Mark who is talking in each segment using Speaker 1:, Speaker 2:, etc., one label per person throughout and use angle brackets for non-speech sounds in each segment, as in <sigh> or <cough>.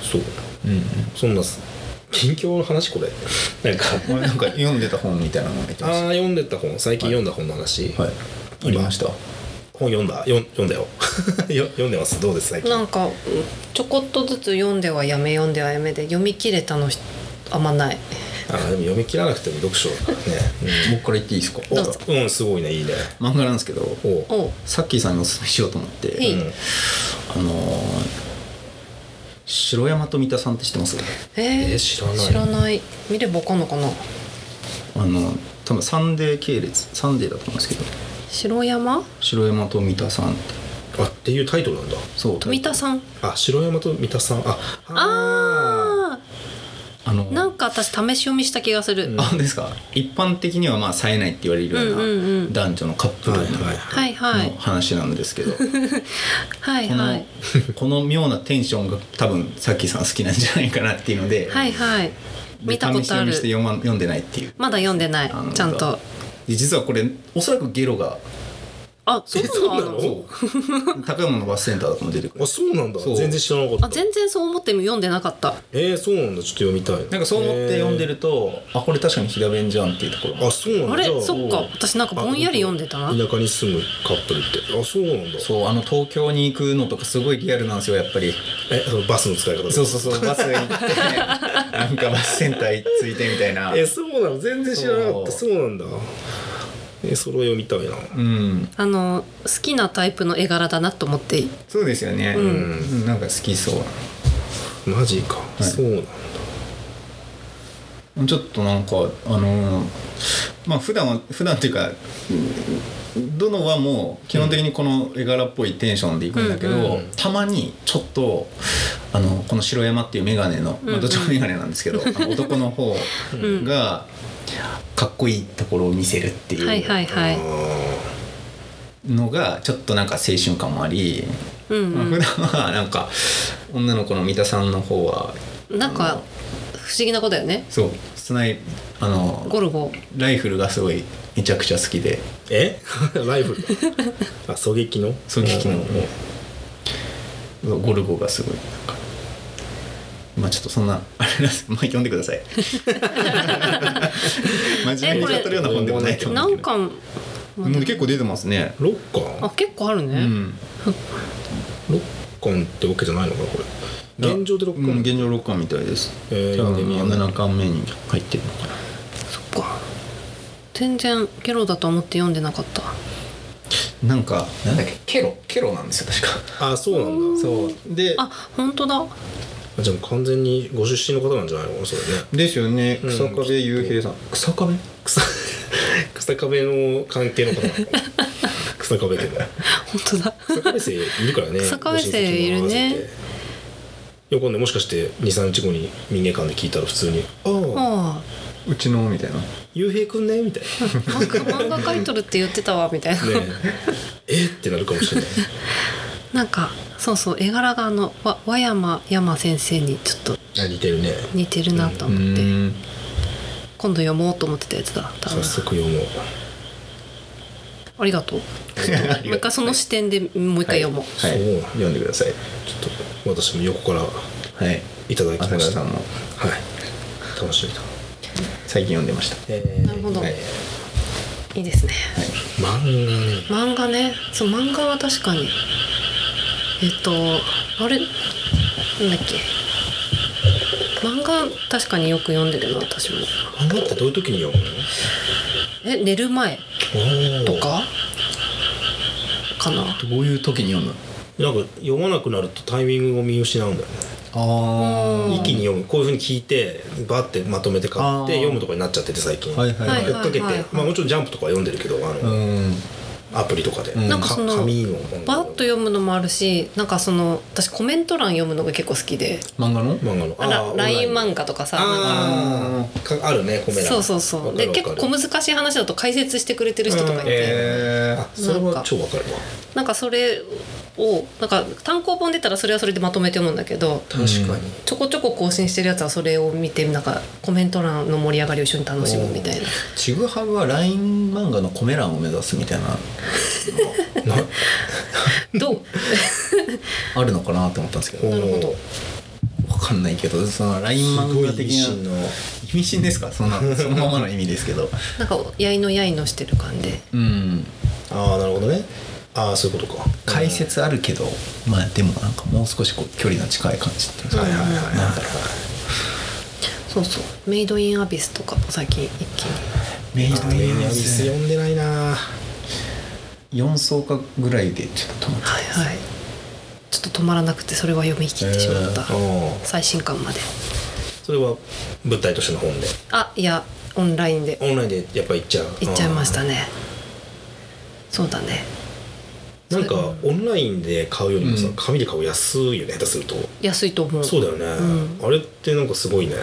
Speaker 1: そう
Speaker 2: うんうん
Speaker 1: そんなす近況の話これ <laughs> なんか
Speaker 2: これなんか読んでた本みたいなのが入って
Speaker 1: あ
Speaker 2: ま
Speaker 1: あ
Speaker 2: す
Speaker 1: 読んでた本最近読んだ本の話、
Speaker 2: はいありました
Speaker 1: 本読んだよん読んだよ <laughs> よ読んでますどうです最近
Speaker 3: なんかうんちょこっとずつ読んではやめ読んではやめで読み切れたのあんまない
Speaker 1: あーでも読み切らなくても読書ね、
Speaker 2: 僕から言っていいですか
Speaker 1: うん、
Speaker 3: どうぞ
Speaker 1: おうんすごいねいいね
Speaker 2: 漫画なんですけど
Speaker 1: おう
Speaker 3: おう
Speaker 2: さっきーさんにおすすめしようと思って、
Speaker 3: はい
Speaker 1: うん
Speaker 2: あのー城山と三田さんって知ってます
Speaker 3: え
Speaker 1: え
Speaker 3: ー
Speaker 1: ー知らない
Speaker 3: 知らない見ればわかんのかな
Speaker 2: あの多分サンデー系列サンデーだと思うんですけど
Speaker 3: 白山
Speaker 2: 城山と三田さんって
Speaker 1: あっていうタイトルなんだ
Speaker 2: そう
Speaker 3: 富田さん
Speaker 1: あ城山と三田さんああ
Speaker 3: あ
Speaker 2: あの
Speaker 3: ーなんか私試し読みした気がする、
Speaker 1: うん
Speaker 2: あですか一般的にはまあ冴えないって言われるよ
Speaker 3: うんうんう
Speaker 2: うなん男女のカップ
Speaker 1: は
Speaker 2: ルの
Speaker 1: いはい
Speaker 3: は
Speaker 1: はい
Speaker 3: はい
Speaker 2: の話なんですけど、
Speaker 3: はい
Speaker 2: この、
Speaker 3: はい
Speaker 2: この妙なテンションが多分さっきさん好きなんじゃないかなっていうので、
Speaker 3: はいはい見たことあ
Speaker 2: で試し読み
Speaker 3: る
Speaker 2: して読ま読んでないっていう
Speaker 3: まだ読んでない
Speaker 2: あの
Speaker 3: ちゃんと
Speaker 2: で実はこれおそらくゲロが
Speaker 3: あそうな
Speaker 1: そうな
Speaker 3: の
Speaker 1: の
Speaker 2: そう高山のバスセンターとかも出てく
Speaker 1: いあ
Speaker 2: る
Speaker 1: そうなんだ
Speaker 2: そう
Speaker 1: 全然知らなかった
Speaker 3: あ全然そう思っても読んでなかった
Speaker 1: えー、そうなんだちょっと読みたい
Speaker 2: なんかそう思って読んでるとあこれ確かに平弁じゃんっていうところも
Speaker 1: あそうなんだ
Speaker 3: あ
Speaker 1: じゃ
Speaker 3: れそっか
Speaker 1: おう
Speaker 3: 私なんかぼんやり読んでたな
Speaker 1: 田舎に住むカップルってあそうなんだ
Speaker 2: そうあの東京に行くのとかすごいリアルなんですよやっぱり
Speaker 1: えそのバスの使い方
Speaker 2: そうそうそうバス
Speaker 3: <laughs>
Speaker 2: に行ってなんかバスセンターついてみたいな
Speaker 1: えそうなの全然知らなかった
Speaker 2: そ
Speaker 1: そううなんだえそれを読みたいな
Speaker 2: うん
Speaker 3: あの好きなタイプの絵柄だなと思って
Speaker 2: そうですよね、
Speaker 3: うん
Speaker 2: うんなんか好きそう
Speaker 1: マジか、
Speaker 2: い
Speaker 1: そうなんだ
Speaker 2: ちょっとなんかあのーまあ普段は普段っていうかうんどのはもう基本的にこの絵柄っぽいテンションでいくんだけど、
Speaker 1: うんうん
Speaker 2: たまにちょっとあのこの白山っていう眼鏡の、
Speaker 3: うん
Speaker 2: ま
Speaker 3: う
Speaker 2: あ、
Speaker 3: ん
Speaker 2: どっちも眼鏡なんです
Speaker 3: <laughs>
Speaker 2: けど、あの男の方がかっこいいところを見せるってい
Speaker 3: はいはいうはい
Speaker 1: あ
Speaker 2: のがちょっとなんか青春感もあり、
Speaker 3: うん
Speaker 2: まあ、普段はなんか女の子の三田さんの方は
Speaker 3: うんなんか不思議なことだよね
Speaker 2: そうスナイあの
Speaker 3: ゴルゴ
Speaker 2: ライフルがすごいめちゃくちゃ好きで
Speaker 1: ーえ <laughs> ライブあ狙撃の
Speaker 2: 狙撃の
Speaker 1: うん
Speaker 2: ゴルゴがすごいなんかまあちょっとそんなあれなんです <laughs> まあ読んでください真面目に語るような本でもないと思
Speaker 3: な
Speaker 2: うんだ
Speaker 3: ん
Speaker 2: け
Speaker 3: か
Speaker 2: どうん結構出てますね
Speaker 1: ロッ
Speaker 3: あ
Speaker 1: カ
Speaker 3: 結構ある
Speaker 2: う
Speaker 3: ね、
Speaker 2: ん
Speaker 1: ーロッカンってわけじゃないのかなこれ現状でロッカン、
Speaker 2: うん現状六巻みたいです
Speaker 1: えー
Speaker 2: 多
Speaker 1: 読んで
Speaker 2: 分
Speaker 1: みよう
Speaker 2: 7巻目に入ってるのかな
Speaker 3: そっか全然ゲロだと思って読んでなかった
Speaker 2: なんかなんだっけケロケロなんですよ確か
Speaker 1: あそうなんだ
Speaker 2: そうで
Speaker 3: あ本当だ
Speaker 1: あじゃあもう完全にご出身の方なんじゃないのかなそれね
Speaker 2: ですよね
Speaker 1: うん
Speaker 2: 草壁雄平さん草壁
Speaker 1: 草 <laughs> 草壁の関係の
Speaker 3: <laughs>
Speaker 1: 方なのかな草壁家の
Speaker 3: 本当だ
Speaker 1: 草壁生いるからね
Speaker 3: 草壁生いるね
Speaker 1: ご親戚も合わせてよくねもしかして23日後に民芸館で聞いたら普通に「ああ
Speaker 3: あ
Speaker 2: うちのみたいな
Speaker 1: 幽閉くんね」みたい
Speaker 3: あ漫画漫画描いとるって言ってたわみたいな、
Speaker 1: な
Speaker 3: <laughs>
Speaker 1: ねえってなるかもしれない
Speaker 3: なんかそうそう絵柄があのわ和山山先生にちょっと
Speaker 1: あ似てるね
Speaker 3: 似てるなと思って、 <laughs>
Speaker 2: うん
Speaker 3: 今度読もうと思ってたやつだ多
Speaker 1: 早
Speaker 3: 分
Speaker 1: 速読もう
Speaker 3: ありがとうもう一回その視点でもう一回読もう、
Speaker 2: は
Speaker 1: そ
Speaker 2: い
Speaker 1: うなんだ
Speaker 2: 読んでください
Speaker 1: ちょっと私も横から
Speaker 2: はい
Speaker 1: いただき
Speaker 2: 浅
Speaker 1: ま
Speaker 2: 倉
Speaker 1: した
Speaker 2: さん
Speaker 1: はい
Speaker 2: も
Speaker 1: 楽しみだ、
Speaker 2: 最近読んでました
Speaker 1: え
Speaker 3: なるほど
Speaker 1: はい
Speaker 3: い、いですね
Speaker 1: 漫画ね
Speaker 3: 漫画ねそう漫画は確かにえっとあれなんだっけ漫画確かによく読んでるな私も
Speaker 1: 漫画ってどういう時に読む
Speaker 3: え寝る前
Speaker 1: の
Speaker 3: とかかな
Speaker 2: どういう時に読む
Speaker 1: なんか読まなくなるとタイミングを見失うんだよね
Speaker 2: あ
Speaker 3: ー
Speaker 1: 一気に読むこういうふうに聞いてバッてまとめて買
Speaker 2: あー
Speaker 1: って読むとかになっちゃってて最近
Speaker 2: はいはいはい
Speaker 1: 追っかけて、
Speaker 3: はいはいはい
Speaker 1: まあ、もちろん「ジャンプ」とかは読んでるけどあ
Speaker 2: う
Speaker 1: の、
Speaker 2: ん
Speaker 1: アプリとかで、
Speaker 2: うんなん
Speaker 3: かその
Speaker 1: 紙の本
Speaker 3: バッと読むのもあるしなんかその私コメント欄読むのが結構好きで
Speaker 2: 漫画の
Speaker 1: 漫画の
Speaker 3: あら LINE 漫
Speaker 1: 画
Speaker 3: 画とかさなんか
Speaker 1: あーかあるねコメ欄
Speaker 3: そうそうそうで結構小
Speaker 1: む
Speaker 3: 難しい話だと解説してくれてる人とかいて、
Speaker 2: えー
Speaker 1: あそれは超わかるわ
Speaker 3: なんかそれをなんか単行本出たらそれはそれでまとめて読むんだけど
Speaker 1: 確かに、
Speaker 3: ちょこちょこ更新してるやつはそれを見てなんかコメント欄の盛り上がりを一緒に楽しむみたいな
Speaker 2: ちぐはぐは LINE 漫画のコメ欄を目指すみたいなの
Speaker 1: な
Speaker 3: どう <laughs>
Speaker 2: あるのかなと思ったんですけど
Speaker 3: なるほど
Speaker 1: おーわか
Speaker 2: かんないけどそのライン
Speaker 1: す
Speaker 2: 漫
Speaker 1: ご
Speaker 2: 画
Speaker 1: い
Speaker 2: 的
Speaker 1: 意
Speaker 2: な
Speaker 1: 心の
Speaker 2: 意味深ですかそんなそのままの意味ですけど
Speaker 3: なんかやいのやいのしてる感じ
Speaker 2: うん
Speaker 1: ああなるほどねああそういうことか
Speaker 2: 解説あるけど、まあでもなんかもう少しこう距離の近い感じっていう
Speaker 1: は
Speaker 2: か
Speaker 1: いはいはいはい
Speaker 2: なんだろ
Speaker 3: そうそうメイドインアビスとかも最近一気に
Speaker 2: メイド
Speaker 1: あ
Speaker 2: イ
Speaker 1: ー
Speaker 2: ン
Speaker 1: メイ
Speaker 2: ア
Speaker 1: ドイン
Speaker 2: ビ
Speaker 1: アビス
Speaker 2: ス
Speaker 1: 読んでないな
Speaker 2: 4層かぐらいでちょっと止まって
Speaker 3: はいはいちょっと止まらなくてそれは読み切ってしまった、
Speaker 1: うん
Speaker 3: 最新刊まで
Speaker 1: それは物体としての本で
Speaker 3: あいやオンラインで
Speaker 1: オンラインでやっぱ行っちゃう
Speaker 3: 行っちゃいましたねそうだね
Speaker 1: うんなんかオンラインで買うよりもさ
Speaker 2: うん
Speaker 1: 紙で買う安いよね下手すると
Speaker 3: 安いと思う
Speaker 1: そうだよね、
Speaker 3: うん
Speaker 1: あれってなんかすごいね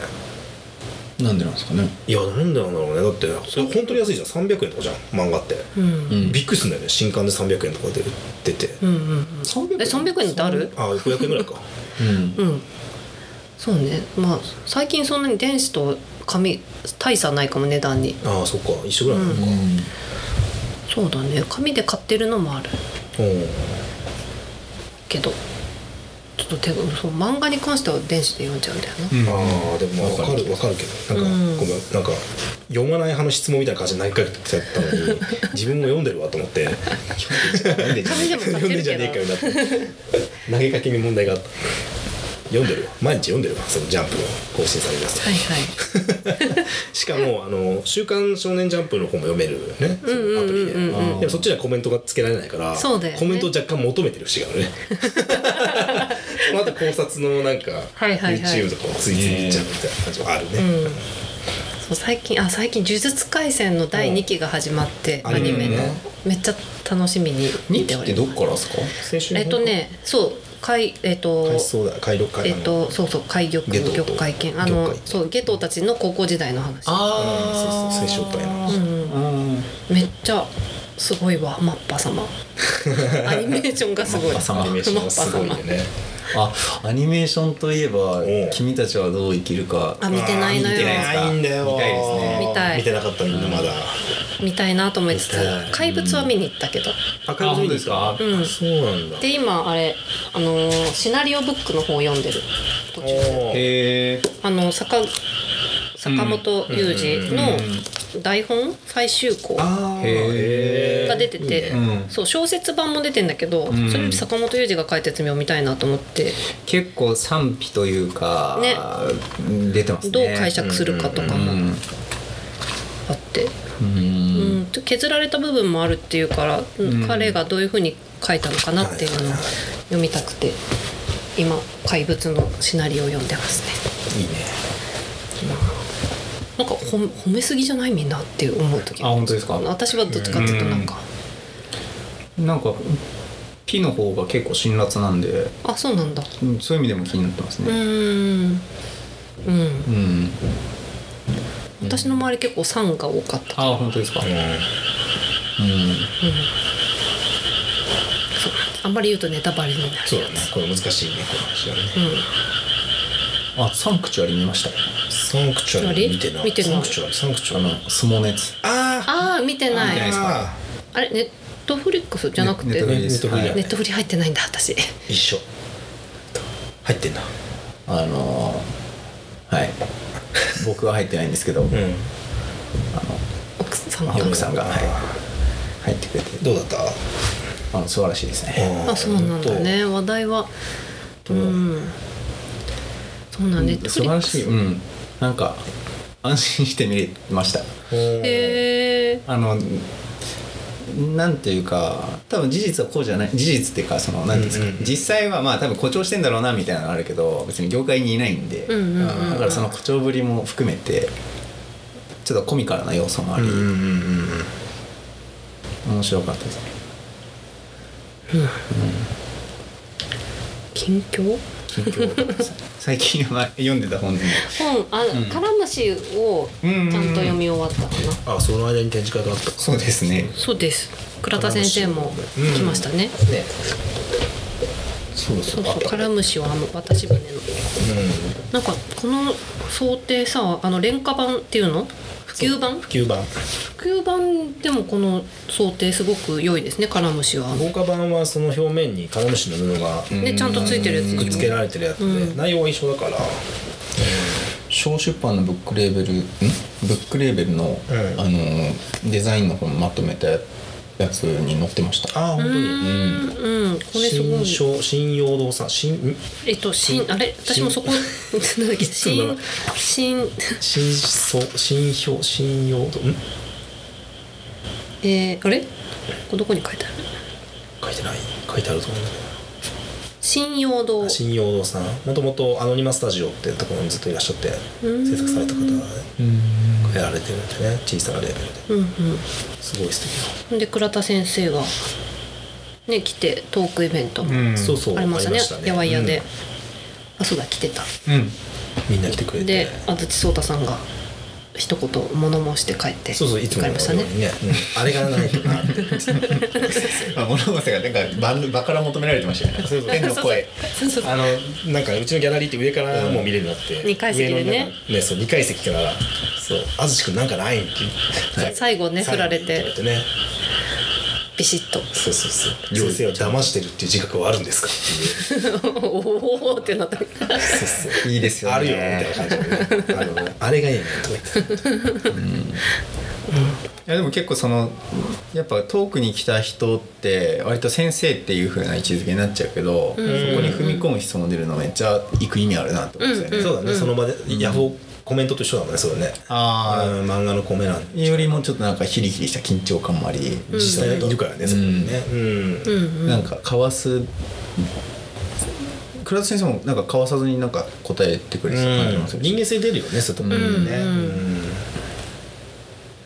Speaker 2: なんでなんですかね
Speaker 1: いやなんでなんだろうねだってそれ本当に安いじゃん300円とかじゃん漫画って、
Speaker 3: うん、うん
Speaker 2: ん
Speaker 1: びっくりするんだよね新刊で300円とかで売ってて、
Speaker 3: うんうん
Speaker 2: 300
Speaker 3: え300円ってある
Speaker 1: あ500円ぐらいか
Speaker 2: うん
Speaker 3: うんそうねまあ最近そんなに電子と紙大差ないかも値段に
Speaker 1: ああそっか一緒ぐらいなのか、
Speaker 2: う
Speaker 1: うん
Speaker 2: ん
Speaker 3: そうだね紙で買ってるのもあるけどちょっと手がそう漫画に関しては電子で読んじゃうんだよな、
Speaker 1: ああでもまあ分かる分かるけどなんか、
Speaker 3: うん
Speaker 1: ごめんなんか読まない派の質問みたいな感じで何回かやったの <laughs> に自分も読んでるわと思って読んでんじゃねえ
Speaker 3: 紙でも買っ
Speaker 1: 読ん
Speaker 3: てるけど
Speaker 1: でんじゃねえかよなって <laughs> 投げかけに問題があった読んでるわ毎日読んでるわそのジャンプの更新されるやつ
Speaker 3: はいはい
Speaker 1: しかもあの「週刊少年ジャンプ」の方も読めるねそのアプリで
Speaker 3: うんうんうん
Speaker 2: うんうん
Speaker 1: でもそっちにはコメントがつけられないから
Speaker 3: そうだよね
Speaker 1: コメントを若干求めてる節がある
Speaker 3: <laughs>
Speaker 1: ねその後考察のなんか
Speaker 3: はいはいはい
Speaker 1: YouTube とかもついついいっちゃうみたいな感じはあるね、
Speaker 3: うんそう最近あ最近「呪術廻戦」の第2期が始まって
Speaker 1: うん
Speaker 3: アニメの
Speaker 1: アニメね
Speaker 3: めっちゃ楽しみに見ております
Speaker 2: からですか
Speaker 1: 先週の
Speaker 3: えっとねそう海えっと
Speaker 1: 海藻だ海陸海
Speaker 3: えっとそうそう海玉
Speaker 1: ゲトウと
Speaker 3: 玉海犬あ
Speaker 1: 玉
Speaker 3: の
Speaker 1: 海
Speaker 3: そうゲトウたちの高校時代の話
Speaker 1: あーうんそうそう青少体の話
Speaker 3: うんめっちゃすごいわマッ
Speaker 1: <laughs>
Speaker 3: パ様アニメーションがすごい
Speaker 2: マッパ様
Speaker 1: アニメーションがすごいよ
Speaker 3: マッパ様
Speaker 1: ね
Speaker 2: あアニメーションといえば
Speaker 1: ん
Speaker 2: 「君たちはどう生きるか」
Speaker 3: あ見てないのよ
Speaker 2: 見てないですか
Speaker 1: んだよ
Speaker 2: 見たいですね
Speaker 3: 見たい
Speaker 1: 見てなかったみんなまだ
Speaker 3: 見たいなと思いつつ
Speaker 1: 見たい
Speaker 3: 怪物は見に行ったけど
Speaker 1: あ
Speaker 2: 海賊見に行った
Speaker 3: うん
Speaker 1: そうなんだ
Speaker 3: で今あれあのーシナリオブックの方を読んでる途中で
Speaker 1: おー
Speaker 2: へえ
Speaker 3: あの坂坂本雄二の台本最終稿
Speaker 1: あー
Speaker 2: へ
Speaker 3: が出てて、
Speaker 1: いいね
Speaker 2: うん
Speaker 3: そう小説版も出てんだけど、
Speaker 2: ん
Speaker 3: それより坂本龍二が書いたやつも読みたいなと思って
Speaker 2: 結構賛否というか
Speaker 3: ね
Speaker 2: 出てますね
Speaker 3: どう解釈するかとか
Speaker 2: う
Speaker 3: も
Speaker 2: ん
Speaker 3: あって、
Speaker 2: う
Speaker 3: うん
Speaker 2: ん
Speaker 3: ちょ削られた部分もあるっていうから、うん
Speaker 2: うん
Speaker 3: 彼がどういうふうに書いたのかなっていうのを読みたくて今「怪物」のシナリオを読んでますね。
Speaker 1: いいね
Speaker 3: なんか褒め褒めすぎじゃないみんなって思う時
Speaker 2: あ本当ですか
Speaker 3: 私はどっちかっていうとなんか、
Speaker 2: なんかピの方が結構辛辣なんで
Speaker 3: あそうなんだ
Speaker 2: うんそういう意味でも気になってます
Speaker 3: う
Speaker 2: ね
Speaker 3: ーん
Speaker 2: う
Speaker 3: うん
Speaker 2: ん
Speaker 3: 私の周り結構酸が多かった、
Speaker 2: あ本当ですかうん
Speaker 3: そうあんまり言うとネタバレになるやつ
Speaker 1: そうだねこれ難しいねこの話はね
Speaker 2: あサンクチュアリ見ました
Speaker 1: サンクチュアリ見てない
Speaker 3: 見てない
Speaker 1: サンクチュアリサンクチュ
Speaker 2: あ
Speaker 1: アリ
Speaker 2: の相撲のやつ
Speaker 1: あ
Speaker 3: ああ見て
Speaker 1: あ
Speaker 3: な
Speaker 2: 見
Speaker 3: い
Speaker 2: てないですか
Speaker 3: あれネットフリックスじゃなくて
Speaker 2: ネットフリ
Speaker 3: ネ
Speaker 2: です
Speaker 1: ネットフリ
Speaker 2: はい
Speaker 3: ットフリ入ってないんだ私
Speaker 1: 一緒入ってんだ
Speaker 2: あのーはい僕は入ってないんですけど
Speaker 1: ん
Speaker 3: 奥さんが
Speaker 2: 奥さんがはい入ってくれて
Speaker 1: どうだった
Speaker 2: あの素晴らしいですね
Speaker 1: あ
Speaker 3: あそうなんだね話題はうんそうなんネットフ
Speaker 2: 素
Speaker 3: リ
Speaker 2: 晴
Speaker 3: ッ
Speaker 2: ら
Speaker 3: ク
Speaker 2: しい
Speaker 3: ス
Speaker 2: うんなんか安心して見れました
Speaker 1: へ
Speaker 3: へえ
Speaker 2: あのなんていうか多分事実はこうじゃない事実っていうかその何ていうんですか、
Speaker 1: うんうんうん
Speaker 2: 実際はまあ多分誇張してんだろうなみたいなのあるけど別に業界にいないんで、
Speaker 3: うんうんうんうん
Speaker 2: だからその誇張ぶりも含めてちょっとコミカルな要素もあ
Speaker 1: う
Speaker 2: り、
Speaker 1: んうんうんうん
Speaker 2: 面白かったですね
Speaker 3: 近況
Speaker 2: 近況 <laughs> 最近読んでた本でも
Speaker 3: 本あ、からましをちゃんと読み終わったかな、
Speaker 1: あその間に展示会があった
Speaker 2: そうですね
Speaker 3: そうです倉田先生も来ましたね、
Speaker 1: ねそうそ
Speaker 3: そううそう「カラムシはあの渡し船の」なんかこの想定さあの廉価版っていうの及版
Speaker 1: 普及版
Speaker 3: 普及版でもこの想定すごく良いですねカラムシは、
Speaker 1: 豪華版はその表面にカラムシの布が
Speaker 3: ねちゃんとついてるやつでしょ
Speaker 1: くっつけられてるやつで、
Speaker 3: うん
Speaker 1: 内容は一緒だから
Speaker 4: 小出版のブックレーベルんブックレーベルの、
Speaker 1: ん
Speaker 4: あのーデザインの方まとめたやつに載ってました
Speaker 1: ああ本当
Speaker 3: う
Speaker 1: に、
Speaker 3: んうんこれすご
Speaker 1: 新
Speaker 3: い
Speaker 1: 商新陽動産新ん
Speaker 3: えっと新あれ私もそこなんだっ
Speaker 1: <laughs>
Speaker 3: け
Speaker 1: そうだ
Speaker 3: 新新
Speaker 1: 新そう新表新陽動ん
Speaker 3: <laughs> えー、あれこれどこに書いてある
Speaker 1: 書いてない書いてあると思うんだけど
Speaker 3: 新陽堂
Speaker 1: 新陽堂さんもともとアノニマスタジオってところにずっといらっしゃって
Speaker 3: うん
Speaker 1: 制作された方
Speaker 4: うん
Speaker 1: がやられてるんでね小さなレベルで
Speaker 3: うん
Speaker 1: すごい素敵
Speaker 3: うんで倉田先生がね来てトークイベント、
Speaker 2: うん
Speaker 1: なそうそう
Speaker 3: ありましたねやわいやで、
Speaker 1: うん
Speaker 3: あそうだ来てた
Speaker 2: うん
Speaker 1: みんな来てくれて
Speaker 3: で安土聡太さんが一言物申して帰って
Speaker 1: そうそういつも
Speaker 3: 帰り
Speaker 1: の
Speaker 3: ましたね
Speaker 1: ようにねうんあれがないとな
Speaker 3: <laughs>
Speaker 2: まあ物語がなんか場場から求められてましたよね
Speaker 1: そうそう
Speaker 2: 天の声
Speaker 3: そうそう
Speaker 1: あのなんかうちのギャラリーって上からもう見れるようになって、
Speaker 3: ん二階席でね
Speaker 1: 上のなんかねそう2階席からそう安土君なんかないんって言って
Speaker 3: 最後ね振られて
Speaker 1: 最後に振らね
Speaker 3: ビシッと <laughs>
Speaker 1: そうそうそう先生は騙してるっていう自覚はあるんですかっていう
Speaker 3: おおってなった
Speaker 4: いいですよね
Speaker 1: あるよみたいな感じで、 <laughs> ね、あのあれがいいねとか言って
Speaker 2: いやでも結構そのやっぱ遠くに来た人って割と先生っていう風な位置づけになっちゃうけど、そこに踏み込む質問出るのめっちゃ行く意味あるなと思うんですよね。
Speaker 1: そうだね、その場でヤフオコメントと一緒だもんねそうだね
Speaker 2: あー
Speaker 1: うん漫画のコメ欄
Speaker 2: よりもちょっとなんかヒリヒリした緊張感もあり、
Speaker 1: 実際いるからね、そこにねうん
Speaker 3: うんうん
Speaker 2: なんかかわす倉田先生もなんかかわさずになんか答えてくれてた感じもするし
Speaker 1: 人間性出るよねそういうところにね、
Speaker 3: うん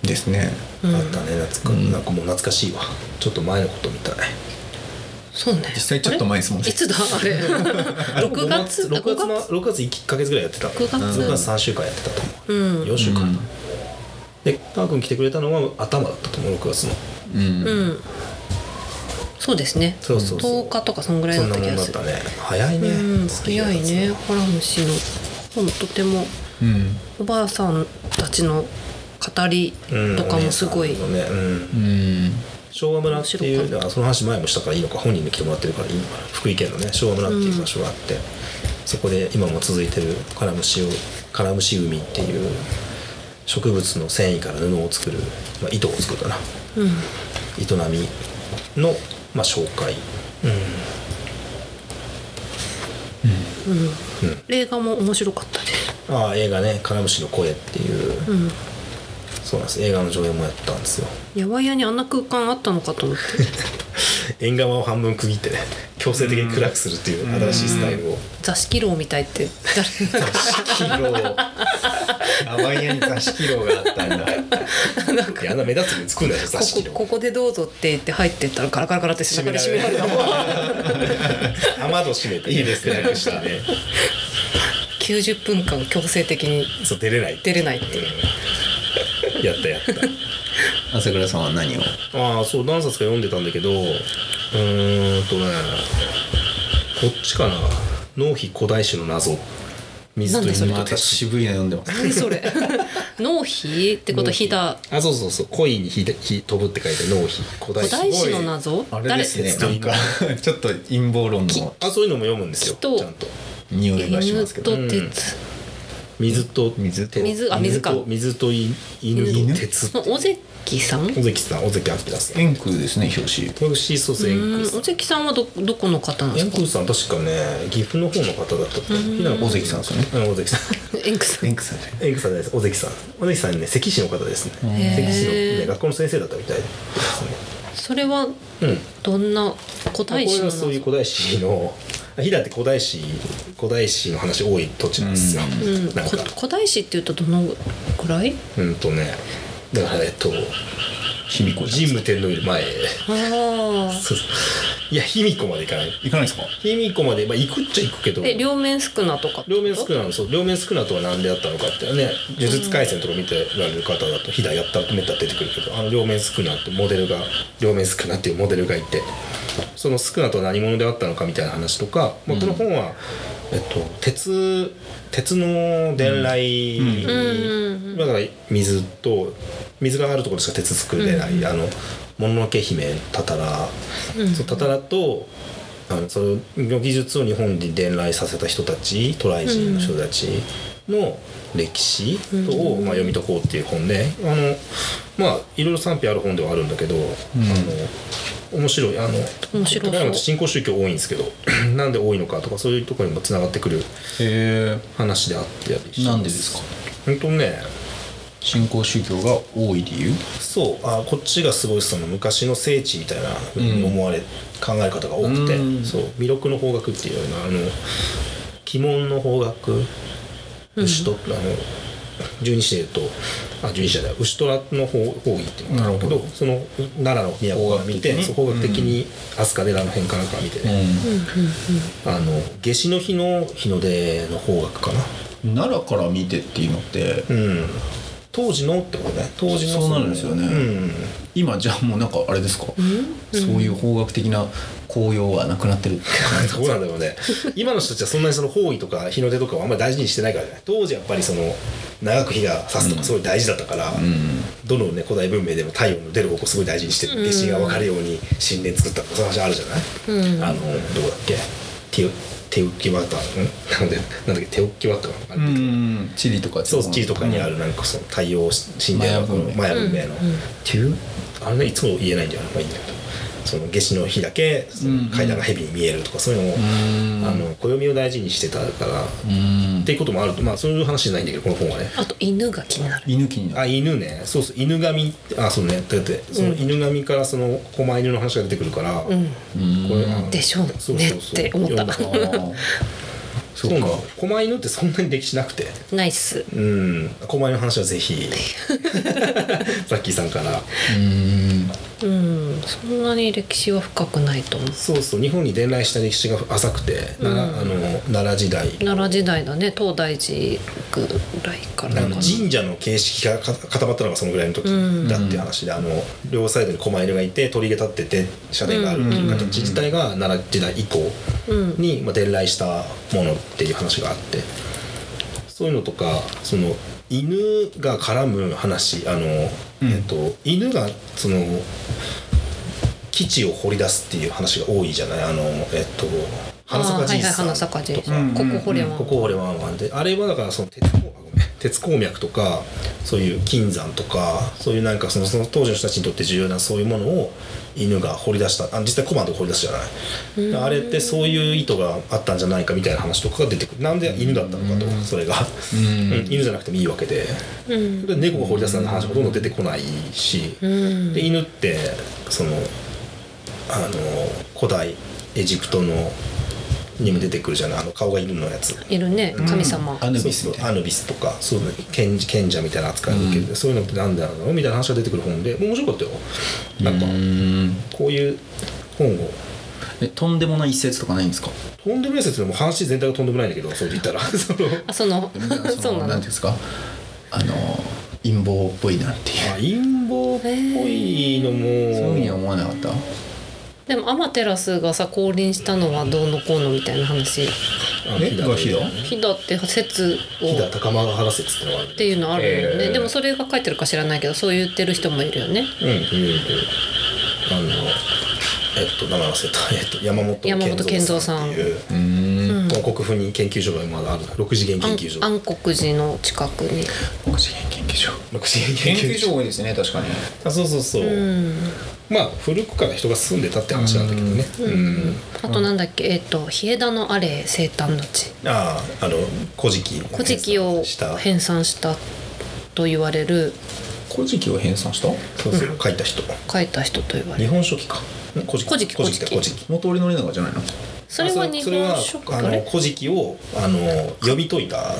Speaker 2: ですね。
Speaker 1: うんあったね懐かなんかもう懐かしいわちょっと前のことみたい
Speaker 3: そうね
Speaker 2: 実際ちょっと前ですもん
Speaker 3: あ
Speaker 2: ね
Speaker 3: れいつだあ
Speaker 1: <laughs>
Speaker 3: れ6月
Speaker 1: 6月
Speaker 3: 5
Speaker 1: の6月1か月ぐらいやってた
Speaker 3: 6月
Speaker 1: 6月3週間やってたと思う、
Speaker 3: うん
Speaker 1: 4週間、
Speaker 2: うん
Speaker 1: でター君来てくれたのは頭だったと思う6月の
Speaker 2: うん
Speaker 3: うんそうですね
Speaker 1: そうそうそう
Speaker 3: 10日とかそんぐらい
Speaker 1: そ
Speaker 3: だ
Speaker 1: ん
Speaker 3: っ
Speaker 1: な
Speaker 3: た
Speaker 1: もん
Speaker 3: 気
Speaker 1: だ
Speaker 3: が
Speaker 1: っ
Speaker 3: する
Speaker 1: たね早いね、
Speaker 3: うん早いねカラムシの本とても
Speaker 2: うん
Speaker 3: おばあさんたちの語り
Speaker 1: うん
Speaker 3: とかもすごい、
Speaker 1: お姉さんのねうん
Speaker 2: うん
Speaker 1: 昭和村っていうあその話前もしたからいいのか本人に来てもらってるからいいのかな福井県のね昭和村っていう場所があって、そこで今も続いてるカラムシをカラムシ海っていう植物の繊維から布を作る、まあ、糸を作るかな
Speaker 3: うん
Speaker 1: 営みの、まあ、紹介、
Speaker 3: 映画も面白かったです
Speaker 1: ああ映画ね「カラムシの声」っていう、
Speaker 3: うん
Speaker 1: そうなんです映画の上映もやったんですよ
Speaker 3: やばいやにあんな空間あったのかと思って
Speaker 1: <laughs> 縁側を半分区切ってね強制的に暗くするっていう新しいスタイルを。
Speaker 3: 座敷牢みたいって誰なんか
Speaker 2: キロアワイアに座敷楼があったんだ
Speaker 1: いやあんな目立つのに作るんだよ座敷
Speaker 3: ここ
Speaker 1: の
Speaker 3: ここでどうぞって言って入ってったらカラカラカラってしながら閉
Speaker 1: 閉
Speaker 3: め
Speaker 1: め
Speaker 3: ら
Speaker 1: ら <laughs>
Speaker 3: れ
Speaker 1: れ
Speaker 3: たもん
Speaker 1: 雨戸閉めていいですね楽したね
Speaker 3: 90分間強制的に
Speaker 1: そう出れない
Speaker 3: 出れないっていう
Speaker 1: うんやったやった
Speaker 2: 朝倉さんは何を
Speaker 1: ああそう何冊か読んでたんだけどうーんとねこっちかな「農費古代史の謎」水と
Speaker 3: なんだそれ
Speaker 1: 犬
Speaker 2: ま
Speaker 1: と
Speaker 2: た
Speaker 1: 手し
Speaker 2: 渋いの読んでます
Speaker 3: 何それ脳皮ってことは火だ
Speaker 1: あそうそうそう恋に火で火飛ぶって書いて農費古代
Speaker 3: 古代
Speaker 1: 史
Speaker 3: 史の謎
Speaker 2: あれですね
Speaker 1: 誰
Speaker 2: なんかちょっと陰謀論の
Speaker 1: あそういうのも読むんですよ
Speaker 3: きっ
Speaker 1: ち
Speaker 3: と
Speaker 1: ゃんと
Speaker 2: 匂いがしま
Speaker 3: 犬
Speaker 2: すけど
Speaker 3: と鉄、
Speaker 1: 水と
Speaker 2: 水と
Speaker 1: 手
Speaker 3: 水あ水か
Speaker 1: と水とい犬と鉄って
Speaker 3: の尾関さん
Speaker 1: 尾関さん尾関明さん
Speaker 2: 円空ですね表紙
Speaker 1: トグシーソースエンク
Speaker 3: う
Speaker 1: ー
Speaker 3: ん
Speaker 1: さ
Speaker 3: 尾
Speaker 1: ん
Speaker 3: 関さんはどどこの方なんで
Speaker 1: エ
Speaker 3: す
Speaker 1: ン
Speaker 3: か
Speaker 1: クーさん確かね岐阜の方の方だったと思う
Speaker 2: 尾関さんですよね
Speaker 1: うん尾関さ <laughs>
Speaker 3: エンクさん
Speaker 2: 円空さんじゃない
Speaker 1: んエンクーさんです尾関さん尾関さんね関市の方ですね
Speaker 3: へー
Speaker 1: 関市の、ね、学校の先生だったみたいですね
Speaker 3: それは
Speaker 1: うん
Speaker 3: どんな古
Speaker 1: まあ
Speaker 3: 代
Speaker 1: こ
Speaker 3: 史
Speaker 1: れ
Speaker 3: の
Speaker 1: はそういう古代史の飛騨って古代史古代史の話多い土地なんですよ、
Speaker 3: うん、
Speaker 1: なん
Speaker 3: こ
Speaker 1: か
Speaker 3: 古代史っていうとどのくらい
Speaker 1: うんとねだからえっと
Speaker 2: 卑弥呼じゃないで
Speaker 1: 神武
Speaker 2: す
Speaker 1: 天皇より前
Speaker 3: ああ
Speaker 1: そうそういや卑弥呼までいかない
Speaker 2: 行かないですか
Speaker 1: 卑弥呼まで、まあ、行くっちゃ行くけど
Speaker 3: で両面宿儺とか
Speaker 1: 両面スクナのそう両面スクナとは何であったのかってね呪術廻戦とか見てられる方だと飛騨やっためったら出てくるけどあの両面スクナってモデルが両面スクナっていうモデルがいてそのスクナとは何者であったのかみたいな話とか、まあ、この本は、えっと、鉄鉄の伝来に、
Speaker 3: うんうん
Speaker 1: まあだから水と水があるところしか鉄作れない、あのもののけ姫たたらそうタタラとあのその技術を日本に伝来させた人たち渡来人の人たちの歴史を、まあ、読み解こうっていう本であのまあいろいろ賛否ある本ではあるんだけど、あの面白いあの
Speaker 3: 面白そう
Speaker 1: 高山って新興宗教多いんですけど <laughs> なんで多いのかとかそういうところにもつながってくる
Speaker 4: へ
Speaker 1: 話であってやっぱ
Speaker 4: え
Speaker 1: り
Speaker 4: なんでですか
Speaker 1: 本当ね
Speaker 4: 信仰宗教が多い理由
Speaker 1: そうあこっちがすごいその昔の聖地みたいなふうに思われ、考え方が多くて、
Speaker 2: うん
Speaker 1: そう弥勒の方角っていうようなあの鬼門の方角牛と、あの十二支でいうとあ十二支じゃない牛虎の方方義っていうのがあるんだけど
Speaker 2: なるほ
Speaker 1: その奈良の都から見てそう方角的に飛鳥寺の辺からから見てね、あの夏至の日の日の出の方角かな。
Speaker 2: 奈良から見てっていうのって、
Speaker 1: うん当時のってことね当時の
Speaker 2: そう
Speaker 1: の
Speaker 2: なるんですよね
Speaker 1: うん
Speaker 2: 今じゃあもうなんかあれですか、そういう方角的な紅葉はなくなってるって
Speaker 1: <laughs>
Speaker 2: 感じ
Speaker 1: どうなんだろうね今の人たちはそんなにその方位とか日の出とかをあんまり大事にしてないからね当時やっぱりその長く日が差すとかすごい大事だったから、どの、ね、古代文明でも太陽の出る方向すごい大事にしてる弟子が分かるように神殿作ったとかそういう話あるじゃない、あのどこだっけ手手浮きバターんなん <laughs> でなんだっけ手浮きバター
Speaker 2: うんうんチリとか
Speaker 1: そう地位とかにあるなんかその太陽神殿のこのマ
Speaker 2: マ
Speaker 1: ヤ文明のっていうあれねいつも言えないんだよなまあいいんだけどその夏至の日だけその階段が蛇に見えるとかそういうのをあの暦を大事にしてたからっていうこともあるとまあそういう話じゃないんだけどこの本はね
Speaker 3: あと犬が気になる
Speaker 2: 犬気にな
Speaker 1: あ
Speaker 2: る
Speaker 1: 犬ねそうそう犬神あそうねだってその犬神からその狛犬の話が出てくるから、これあの
Speaker 3: でしょうね
Speaker 1: そうそうそう
Speaker 3: って思った
Speaker 1: 読んだ
Speaker 2: あー
Speaker 1: そうなの狛犬ってそんなに歴史なくて
Speaker 3: ナイス
Speaker 1: うん狛犬の話はぜ
Speaker 3: <laughs>
Speaker 1: ひさっきさんから
Speaker 3: うんそんなに歴史は深くないと思う
Speaker 1: そうそう日本に伝来した歴史が浅くて、奈良あの奈良時代
Speaker 3: 奈良時代だね東大寺ぐらいから
Speaker 1: あ
Speaker 3: か
Speaker 1: の
Speaker 3: な
Speaker 1: 神社の形式がか固まったのがそのぐらいの時だって話で、あの両サイドに狛犬がいて鳥居が立ってて社殿があるっていう形自体が奈良時代以降に、まあ、伝来したものっていう話があってそういうのとかその犬が絡む話あの、えっと、犬がその基地を掘り出すっていう話が多いじゃないあのえっと花
Speaker 3: あー
Speaker 1: 坂
Speaker 3: はい
Speaker 1: じい
Speaker 3: はい
Speaker 1: さん
Speaker 3: 花坂じい
Speaker 1: とか
Speaker 3: さんここ掘れは
Speaker 1: ここ俺ワンワンであれはだからその鉄鉱あごめん鉄鉱脈とかそういう金山とかそういうなんかそのその当時の人たちにとって重要なそういうものを犬が掘り出したあ実際コマンドが掘り出したじゃないあれってそういう意図があったんじゃないかみたいな話とかが出てくるなんで犬だったのかとそれが、うん犬じゃなくてもいいわけでで猫が掘り出すなんて話ほとんど出てこないしで犬ってそのあの古代エジプトのにも出てくるじゃないあの顔が犬のやつ
Speaker 3: いるね神様、
Speaker 2: アヌビス
Speaker 1: そうそ
Speaker 2: み
Speaker 1: う
Speaker 2: たいな
Speaker 1: アヌビスとかそういうの賢者賢者みたいな扱いを受ける、そういうのって何であるのみたいな話が出てくる本で面白かったよなんか
Speaker 2: うん
Speaker 1: こういう本を
Speaker 2: えとんでもない一節とかないんですか
Speaker 1: とんでもない説でも話全体がとんでもないんだけどそう言ったらその
Speaker 3: あその <laughs> そう
Speaker 2: な
Speaker 3: な
Speaker 2: んていうん
Speaker 3: の
Speaker 2: ですかあの陰謀っぽいなっていう
Speaker 1: あ陰謀っぽいのも
Speaker 2: そういうふうには思わなかった
Speaker 3: でもアマテラスがさ降臨したのはどうのこうのみたいな話
Speaker 1: あ
Speaker 2: え
Speaker 1: 飛騨
Speaker 2: が飛騨
Speaker 1: 飛
Speaker 3: 飛騨って説
Speaker 1: 騨
Speaker 3: を
Speaker 1: 高間原説ってのがある
Speaker 3: っていうのあるもんね、
Speaker 1: えー
Speaker 3: でもそれが書いてるか知らないけどそう言ってる人もいるよね
Speaker 1: うんうんうんあのえっと名前忘れた、えっ <laughs> と、山本
Speaker 3: 山本
Speaker 1: 健
Speaker 3: 健
Speaker 1: 三
Speaker 3: 三
Speaker 1: さ
Speaker 3: さ
Speaker 1: ん
Speaker 3: ん
Speaker 1: っていう
Speaker 2: うん
Speaker 1: もう国府に研究所がまだある六次元研
Speaker 3: 安
Speaker 1: 究所
Speaker 3: 安国寺の近くに
Speaker 2: 国際研究所
Speaker 1: 六次元
Speaker 2: 研
Speaker 1: 研
Speaker 2: 究
Speaker 1: 究所
Speaker 2: 所多いですね確かに
Speaker 1: あそうそうそう、まあ古くから人が住んでたって話なんだけどねうん、
Speaker 3: あとなんだっけえっ、と「稗田のあれ生誕の地」
Speaker 1: あああの古事記
Speaker 3: 「古事記」を
Speaker 1: した
Speaker 3: 編纂したと言われる
Speaker 2: 古事記を編纂した
Speaker 1: そうそう書いた人
Speaker 3: 書いた人と言わ
Speaker 1: 日
Speaker 3: れる
Speaker 1: 本書紀かん古事
Speaker 3: 古事記
Speaker 1: 古事記だ古
Speaker 3: 古
Speaker 1: 事
Speaker 3: 事
Speaker 1: 記
Speaker 2: 元織のれながじゃないの
Speaker 3: それは
Speaker 1: あ
Speaker 3: 日
Speaker 1: それは
Speaker 3: 本書か
Speaker 1: あ
Speaker 3: あ
Speaker 1: の
Speaker 3: れ
Speaker 1: 古事記をあの読み解いた
Speaker 2: あ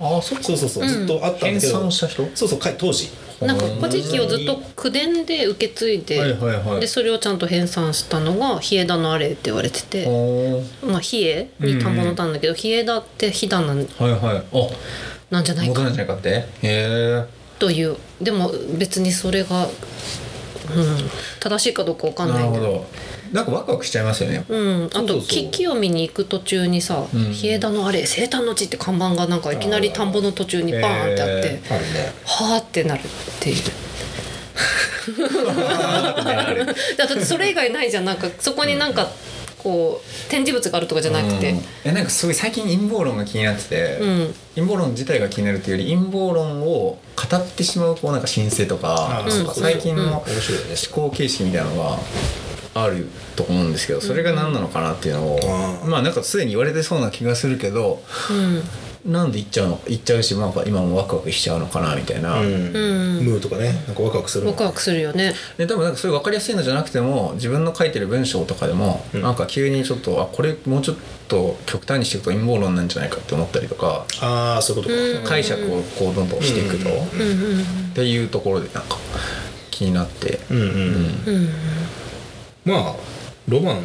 Speaker 2: あそっ
Speaker 1: そうそうそう、ずっとあったん
Speaker 2: 編
Speaker 1: だけど
Speaker 2: 纂した人
Speaker 1: そうそうかい当時
Speaker 3: なんかポジキをずっと口伝で受け継いで、
Speaker 2: はいはいはい
Speaker 3: でそれをちゃんと編纂したのが「日枝のあれ」って言われてて、
Speaker 2: おー
Speaker 3: まあ、日枝に田んぼの田なんだけど、日枝って飛騨なん
Speaker 2: はいはいあ
Speaker 3: なんじゃない
Speaker 2: 戻
Speaker 3: か
Speaker 2: るんじゃなかってへえ
Speaker 3: というでも別にそれが、うん、正しいかどうかわかん
Speaker 2: な
Speaker 3: な
Speaker 2: る
Speaker 3: い
Speaker 2: ほ
Speaker 3: けど。
Speaker 2: どなんかワクワクしちゃいますよね
Speaker 3: うん、あ
Speaker 2: そうそうそ
Speaker 3: と
Speaker 2: う
Speaker 3: 木木を見に行く途中にさ「
Speaker 2: ん
Speaker 3: 日枝のあれ生誕の地」って看板がなんかいきなり田んぼの途中にバーンってあって、
Speaker 2: へ
Speaker 1: あるね
Speaker 3: はあってなるっていう。 <laughs>
Speaker 2: る
Speaker 3: だってそれ以外ないじゃんなんかそこになんかこう展示物があるとかじゃなくて
Speaker 2: うん、えなんかすごい最近陰謀論が気になってて、
Speaker 3: うん
Speaker 2: 陰謀論自体が気になるというより陰謀論を語ってしまうこうなんか申請とか
Speaker 1: あー
Speaker 2: なん
Speaker 1: そう
Speaker 2: か
Speaker 1: か
Speaker 2: 最近の思
Speaker 1: 面白いよね
Speaker 2: 考形式みたいなのがあると思うんですけどそれが何なのかなっていうのを、
Speaker 1: うん
Speaker 2: まあなんかすでに言われてそうな気がするけどなんで言っちゃうの言っちゃうし、まあ、今もワクワクしちゃうのかなみたいな。
Speaker 1: うん
Speaker 3: うん、うん、
Speaker 1: ムーとかねなんかワクワクする
Speaker 3: ワクワクするよね
Speaker 2: で多分なんかそういう分かりやすいのじゃなくても自分の書いてる文章とかでも、
Speaker 1: うん
Speaker 2: なんか急にちょっとあこれもうちょっと極端にしていくと陰謀論なんじゃないかって思ったりとか
Speaker 1: ああそういうことか、
Speaker 3: うん
Speaker 2: 解釈をこうどんどんしていくと、
Speaker 1: うん
Speaker 3: うんうん
Speaker 2: っていうところでなんか気になって、
Speaker 1: うんうんうん
Speaker 3: うんうん
Speaker 1: まあロマン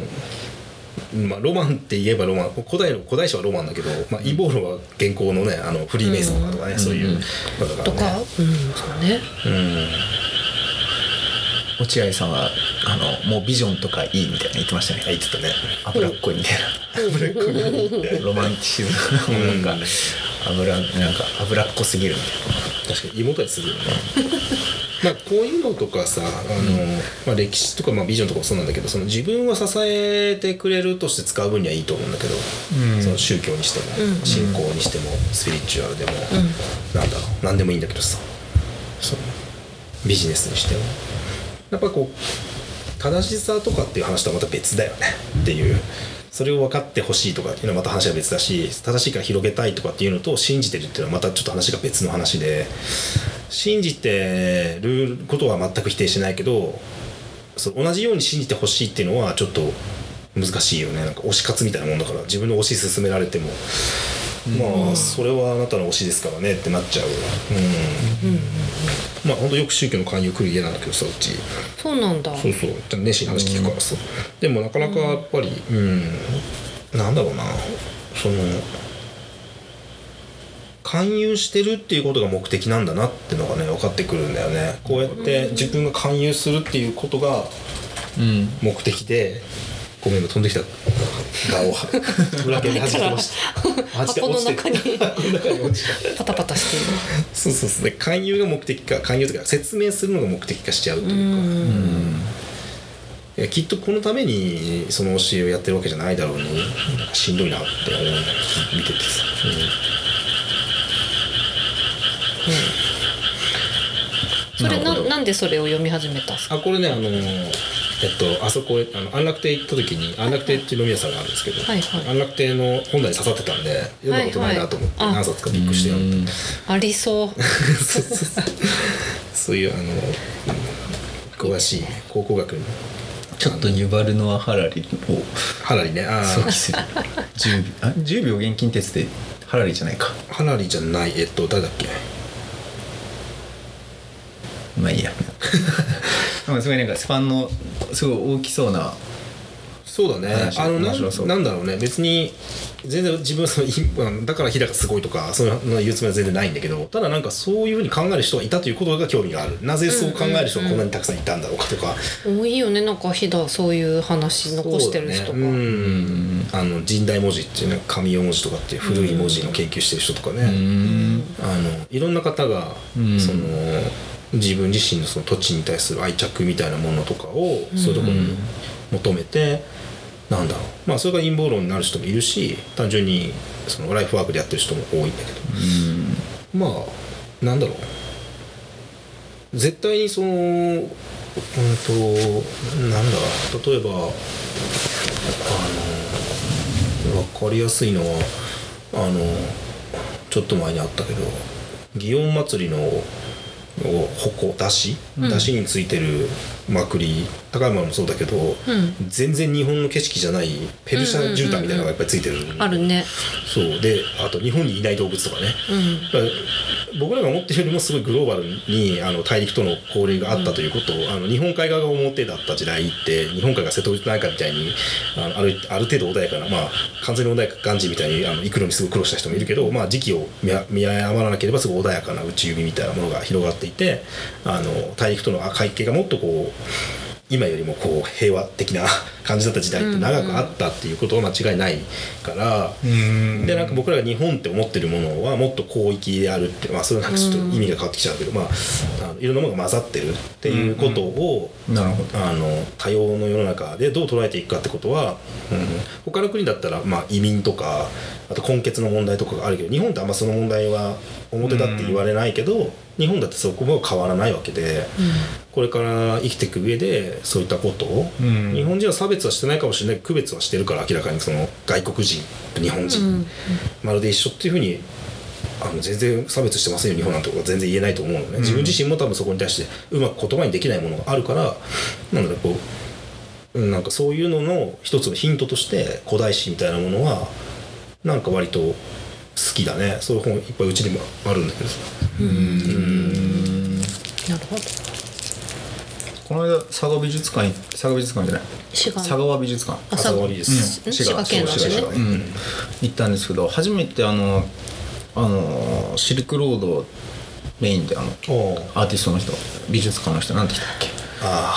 Speaker 1: まあロマンって言えばロマン古代の古代史はロマンだけど、まあ、陰謀論は現行のねあのフリーメイソンとかね、そういうことだ
Speaker 3: と
Speaker 1: から
Speaker 3: か
Speaker 1: ね、
Speaker 3: うんそうね
Speaker 1: うん、
Speaker 2: 落合さんはあのもうビジョンとかいいみたいな言ってましたね
Speaker 1: あ言ってたね
Speaker 2: 脂っこいみたいなロマンチズム
Speaker 1: う
Speaker 2: の
Speaker 1: ん
Speaker 2: なんか脂なんか脂っこすぎるみ
Speaker 1: 確かに妹でするよねまあこういうのとかさあの、まあ、歴史とか、まあ、ビジョンとかもそうなんだけどその自分は支えてくれるとして使う分にはいいと思うんだけど、
Speaker 2: うん
Speaker 1: その宗教にしても、
Speaker 3: うん
Speaker 1: 信仰にしてもスピリチュアルでも、
Speaker 3: ん
Speaker 1: なんだろう何でもいいんだけどさそのビジネスにしてもやっぱこう正しさとかっていう話とはまた別だよねっていうそれを分かってほしいとかっていうのはまた話は別だし正しいから広げたいとかっていうのと信じてるっていうのはまたちょっと話が別の話で信じてることは全く否定しないけどそう同じように信じてほしいっていうのはちょっと難しいよねなんか推し活みたいなもんだから自分の推し進められても、まあそれはあなたの推しですからねってなっちゃううん、まあ本当よく宗教の勧誘来る家なんだけどさうち
Speaker 3: そうなんだ
Speaker 1: そうそうじゃあ熱心に話聞くからさ、でもなかなかやっぱりうん、なんだろうなその勧誘してるっていうことが目的なんだなってのがね分かってくるんだよねこうやって自分が勧誘するっていうことが
Speaker 2: たいな、
Speaker 1: 目的でごめん今飛んできたガを裏剣で弾きま
Speaker 3: <laughs>
Speaker 1: したマジで
Speaker 3: 箱
Speaker 1: 落
Speaker 3: の
Speaker 1: ちて
Speaker 3: 中
Speaker 1: る
Speaker 3: に
Speaker 1: 箱の中に落ちた
Speaker 3: パタパタしてい
Speaker 1: そうそうそうで勧誘が目的か勧誘というか説明するのが目的化しちゃうと
Speaker 3: る
Speaker 1: いう
Speaker 3: う
Speaker 1: か、
Speaker 2: うん
Speaker 3: ん
Speaker 1: いやきっとこのためにその教えをやってるわけじゃないだろうになんかしんどいなって思うんだよ見ててさ、
Speaker 3: そ
Speaker 2: な
Speaker 3: れな
Speaker 2: るほど
Speaker 3: なんでそれを読み始めたんですか
Speaker 1: うんあこれねあのえっとあそこへあの安楽亭行った時に安楽亭っていう飲み屋さんがあるんですけど、
Speaker 3: はいはい
Speaker 1: 安楽亭の本題に刺さってたんで読んだことないなと思って
Speaker 3: はいはいあ
Speaker 1: 何冊かびっくりして読んだ
Speaker 3: <laughs> ありそう
Speaker 1: そうそうそうそういうあの詳しい考古学の
Speaker 2: ちょっとユバルノア・ハラリを
Speaker 1: ハラリねあ
Speaker 2: 想起
Speaker 1: あ
Speaker 2: する 10, 秒あ10秒現金鉄でハラリじゃないか
Speaker 1: ハラリじゃないえっと誰だっけ
Speaker 2: まあいいやでもすごいなんかスパンのすごい大きそうな
Speaker 1: そうだね
Speaker 2: 話
Speaker 1: あのな
Speaker 2: 面白そうん
Speaker 1: なんだろうね別に全然自分はそのい <laughs> あのだから日高すごいとかそういうの言うつもりは全然ないんだけどただなんかそういうふうに考える人がいたということが興味があるなぜそう考える人がこんなにたくさんいたんだろうかとか、
Speaker 3: 多いよねなんか飛騨そういう話残してる人が、
Speaker 1: そうだねうんあの神代文字っていうね紙用文字とかっていう古い文字の研究してる人とかね、
Speaker 2: うん
Speaker 1: あのいろんな方が、
Speaker 2: うん
Speaker 1: その自分自身のその土地に対する愛着みたいなものとかをそういうところに求めて、なんだろうまあそれが陰謀論になる人もいるし単純にそのライフワークでやってる人も多いんだけど、まあなんだろう絶対にそのうんとなんだ例えばあの分かりやすいのはあのちょっと前にあったけど祇園祭のを鉾だしだしについてるまくり高山もそうだけど、
Speaker 3: ん
Speaker 1: 全然日本の景色じゃないペルシャ絨毯みたいなのがやっぱりついてる、
Speaker 3: あるね
Speaker 1: そうであと日本にいない動物とかね、
Speaker 3: うん
Speaker 1: だから僕らが思ってるよりもすごいグローバルにあの大陸との交流があったということを、あの日本海側が表だった時代って日本海が瀬戸内海かみたいにあのあるある程度穏やかな、まあ、完全に穏やかなガンジーみたいにあの行くのにすごい苦労した人もいるけど、まあ、時期を見あ見誤らなければすごい穏やかな内海みたいなものが広がっていてあの大陸との関係がもっとこう今よりもこう平和的な感じだった時代って長くあったっていうことは間違いないから。でなんか僕らが日本って思ってるものはもっと広域であるって、まあ、それはなんかちょっと意味が変わってきちゃうけど、まあ、あのいろんなものが混ざってるっていうことを、
Speaker 2: なるほど
Speaker 1: あの多様の世の中でどう捉えていくかってことは、うん、他の国だったら、まあ、移民とかあと根血の問題とかがあるけど日本ってあんまその問題は表だって言われないけど、日本だってそこも変わらないわけで。これから生きていく上でそういったことを、
Speaker 2: うん
Speaker 1: 日本人は差別はしてないかもしれない区別はしてるから明らかにその外国人日本人、
Speaker 3: うん
Speaker 1: まるで一緒っていうふうにあの全然差別してませんよ日本なんてことは全然言えないと思うのね、自分自身も多分そこに対してうまく言葉にできないものがあるからなんだろうこううんなんかそういうのの一つのヒントとして古代史みたいなものはなんか割と好きだねそういう本いっぱいうちにもあるんだけど
Speaker 3: なるほど
Speaker 2: この間佐賀美術館に佐賀美術館じゃない
Speaker 3: 滋賀
Speaker 2: 佐川美術館
Speaker 3: あ
Speaker 1: 朝終わりで
Speaker 2: うん
Speaker 1: す、
Speaker 3: ん滋賀県の
Speaker 2: そう
Speaker 3: 滋
Speaker 2: 滋賀
Speaker 3: 賀
Speaker 2: うん行ったんですけど初めてあのあのシルクロードをメインであの
Speaker 1: おう
Speaker 2: アーティストの人美術家の人なんて人だっけ
Speaker 1: あ
Speaker 3: あ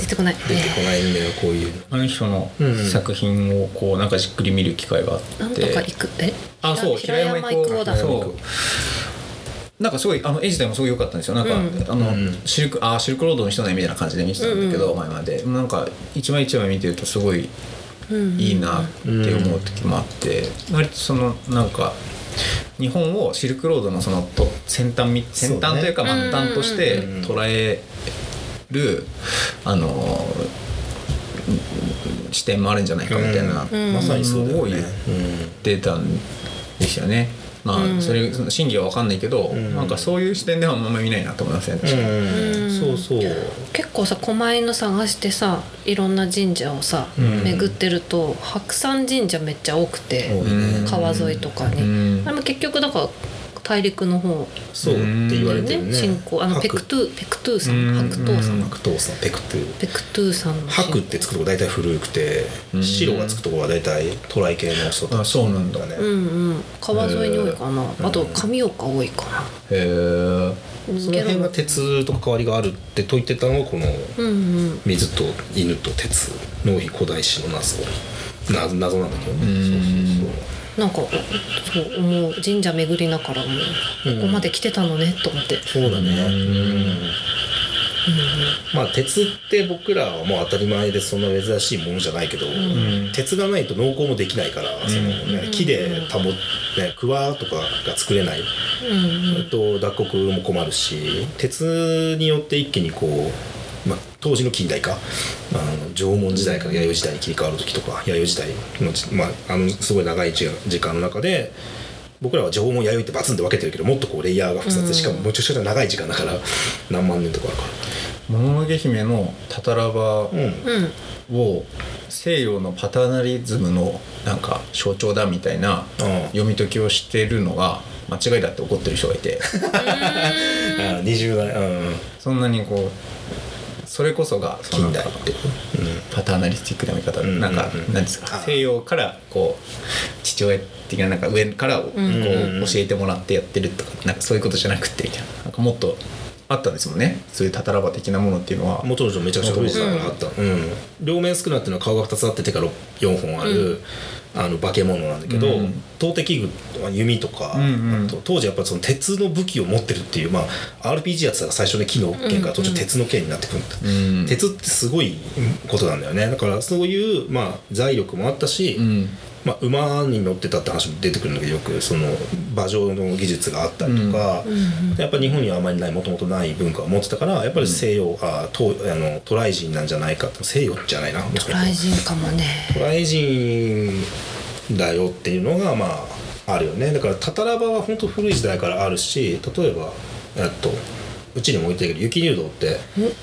Speaker 3: 出てこない
Speaker 1: あ出てこないんだよこういうの
Speaker 2: あの人の
Speaker 1: うん
Speaker 2: 作品をこうなんかじっくり見る機会があっ
Speaker 3: なんと
Speaker 2: て、
Speaker 3: か行くえ
Speaker 2: あそう
Speaker 3: 平山
Speaker 2: 平
Speaker 3: 行こうだ
Speaker 1: 平山
Speaker 2: そうなんかすごいあの絵自体もすごい良かったんですよなんか、
Speaker 3: うん
Speaker 2: あの、
Speaker 1: うん
Speaker 2: シルクあシルクロードの人ねみたいな感じで見てたんだけど、
Speaker 3: うん
Speaker 2: 前までなんか一枚一枚見てるとすごい
Speaker 3: うん
Speaker 2: いいなって思う時もあって、割とそのなんか日本をシルクロードのそのと先端み先端というか
Speaker 3: そうね
Speaker 2: 末端として
Speaker 1: うん
Speaker 2: 捉える、あのうん視点もあるんじゃないかみたいな、
Speaker 3: ん
Speaker 1: まさにそうだよ
Speaker 2: うん
Speaker 1: ね、
Speaker 2: 出たんですよね。まあ、
Speaker 3: うん
Speaker 2: それその真偽は分かんないけど、
Speaker 1: ん
Speaker 2: なんかそういう視点ではあんまり見ないなと思いますね。確かに
Speaker 1: うん
Speaker 3: うん
Speaker 1: そうそう
Speaker 3: 結構さ狛江の探してさいろんな神社をさ、
Speaker 1: ん
Speaker 3: 巡ってると白山神社めっちゃ多くて、
Speaker 2: うん
Speaker 3: 川沿いとかに、
Speaker 2: うん
Speaker 3: あれも結局だから大陸の方
Speaker 1: そうって言われてるね
Speaker 3: 信仰あのペクトゥペクトゥさん
Speaker 2: うん
Speaker 3: 白頭さん
Speaker 1: 白頭さんペクトゥ
Speaker 3: ペクトゥさんの
Speaker 1: 白ってつくとこ大体古くて
Speaker 2: うん
Speaker 1: 白がつくとこは大体トライ系の人とか
Speaker 2: あそうなんだ
Speaker 1: ね
Speaker 3: うんうん川沿いに多いかな、あと神岡多いかな、
Speaker 2: へえ。
Speaker 1: その辺が鉄と関わりがあるって解いてたのがこの
Speaker 3: うんうん
Speaker 1: 水と犬と鉄の古代史の謎な謎なんだけどね
Speaker 2: うん
Speaker 1: そうそうそう
Speaker 3: なんかそう思う神社巡りながらも
Speaker 1: うん
Speaker 3: ここまで来てたのねと思って、
Speaker 1: そうだね。うんまあ鉄って僕らはもう当たり前でそんな珍しいものじゃないけど、鉄がないと農耕もできないから、そのね、木で保ねクワとかが作れない、
Speaker 3: うんうん
Speaker 1: と脱穀も困るし鉄によって一気にこう、まあ、当時の近代化あの縄文時代から弥生時代に切り替わる時とか弥生時代のち、まあ、あのすごい長い時間時間の中で僕らは縄文弥生ってバツンって分けてるけどもっとこうレイヤーが複雑でしかもむちゃくちゃ長い時間だから何万年とかあるか
Speaker 2: もののけ姫のタタラバ
Speaker 1: ら。うん
Speaker 3: うん
Speaker 2: を西洋のパターナリズムのなんか象徴だみたいな
Speaker 1: うん
Speaker 2: 読み解きをしてるのが間違いだって怒ってる人が
Speaker 1: <laughs>
Speaker 2: いて
Speaker 1: あ20代、うん
Speaker 2: そんなにこうそれこそがその
Speaker 1: 近代って
Speaker 2: パターナリスティックな見方、
Speaker 1: んうんうん
Speaker 2: なんかなんですか
Speaker 1: あ
Speaker 2: 西洋からこう父親的ななんか上からこう教えてもらってやってるとかなんかそういうことじゃなくてみたいななんかもっとあったんですもんねそういうタタラバ的なものっていうのは。
Speaker 1: 元の人めちゃくちゃ古い時代からあった、うん両面少なっていうのは顔が2つあって手が6 4本ある、あの化け物なんだけど、
Speaker 2: うん
Speaker 1: 投擲具とか弓とか、
Speaker 2: うんうん
Speaker 1: あと当時やっぱりその鉄の武器を持ってるっていう、まあ、RPG やってたら最初で木の剣から途中鉄の剣になってくるんだ、
Speaker 2: うん
Speaker 1: 鉄ってすごいことなんだよねだからそういう、まあ、財力もあったし、
Speaker 2: うん
Speaker 1: まあ、馬に乗ってたって話も出てくるんだけどよくその馬上の技術があったりとか、やっぱ日本にはあまりないもともとない文化を持ってたからやっぱり西洋、あ東あの渡来人なんじゃないかと西洋じゃないな
Speaker 3: 渡来人かもね
Speaker 1: 渡来人だよっていうのがまああるよねだからタタラバは本当古い時代からあるし例えばえっとうちにも置いてるけど雪入道って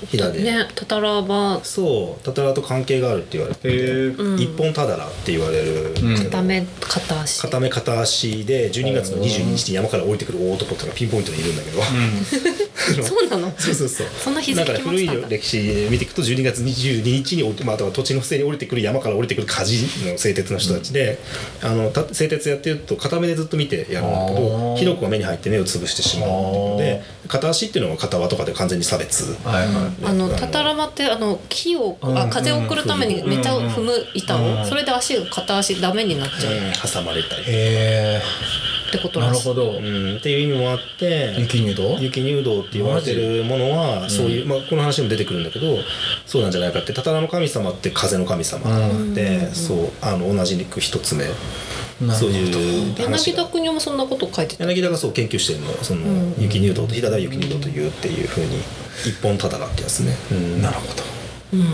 Speaker 1: 飛騨で、
Speaker 3: ねタタラバ
Speaker 1: そうタタラと関係があるって言われてて、
Speaker 3: うん
Speaker 1: 一本タダラって言われるんですけど、
Speaker 3: ダメ片足
Speaker 1: 片目片足で12月の22日に山から降りてくる大男っていうのがピンポイントでいるんだけど、
Speaker 3: そうなの
Speaker 1: そうそうそう
Speaker 3: そんな日付
Speaker 1: だから
Speaker 3: 決まっ
Speaker 1: 古
Speaker 3: て
Speaker 1: い
Speaker 3: たんだ
Speaker 1: 歴史見ていくと12月22日に降りて、まあ、あとは土地の不正に降りてくる山から降りてくる火事の製鉄の人たちで、あのた製鉄やってると片目でずっと見てやるんだけ
Speaker 2: あ
Speaker 1: ど
Speaker 2: ー
Speaker 1: 火の粉が目に入って目を潰してしまうっていうので片足っていうのは片輪とかで完全に差別。
Speaker 2: はいはい、
Speaker 3: あのタタラバってあの木をあ風を送るためにめっちゃ踏む板をそれで足が片足ダメになっちゃうっ
Speaker 1: うん挟まれたり、
Speaker 2: へ
Speaker 3: てこと
Speaker 2: えな
Speaker 3: ら
Speaker 2: る
Speaker 3: しい
Speaker 2: ほど、
Speaker 1: うん、っていう意味もあって
Speaker 2: 雪入道
Speaker 1: 雪入道って言われてるものはそういう、まあ、この話にも出てくるんだけどそうなんじゃないかってタの神様って風の神様で、そうあの同じく一つ目
Speaker 2: なるほど
Speaker 1: そういう話
Speaker 3: 柳田
Speaker 1: が
Speaker 3: 国もそんなこと書いてた
Speaker 1: 柳田がそう研究してるのその、
Speaker 3: ん
Speaker 1: 雪入道と飛騨では雪入道というっていうふうに一本ただだってやつね、
Speaker 2: なるほど
Speaker 3: うん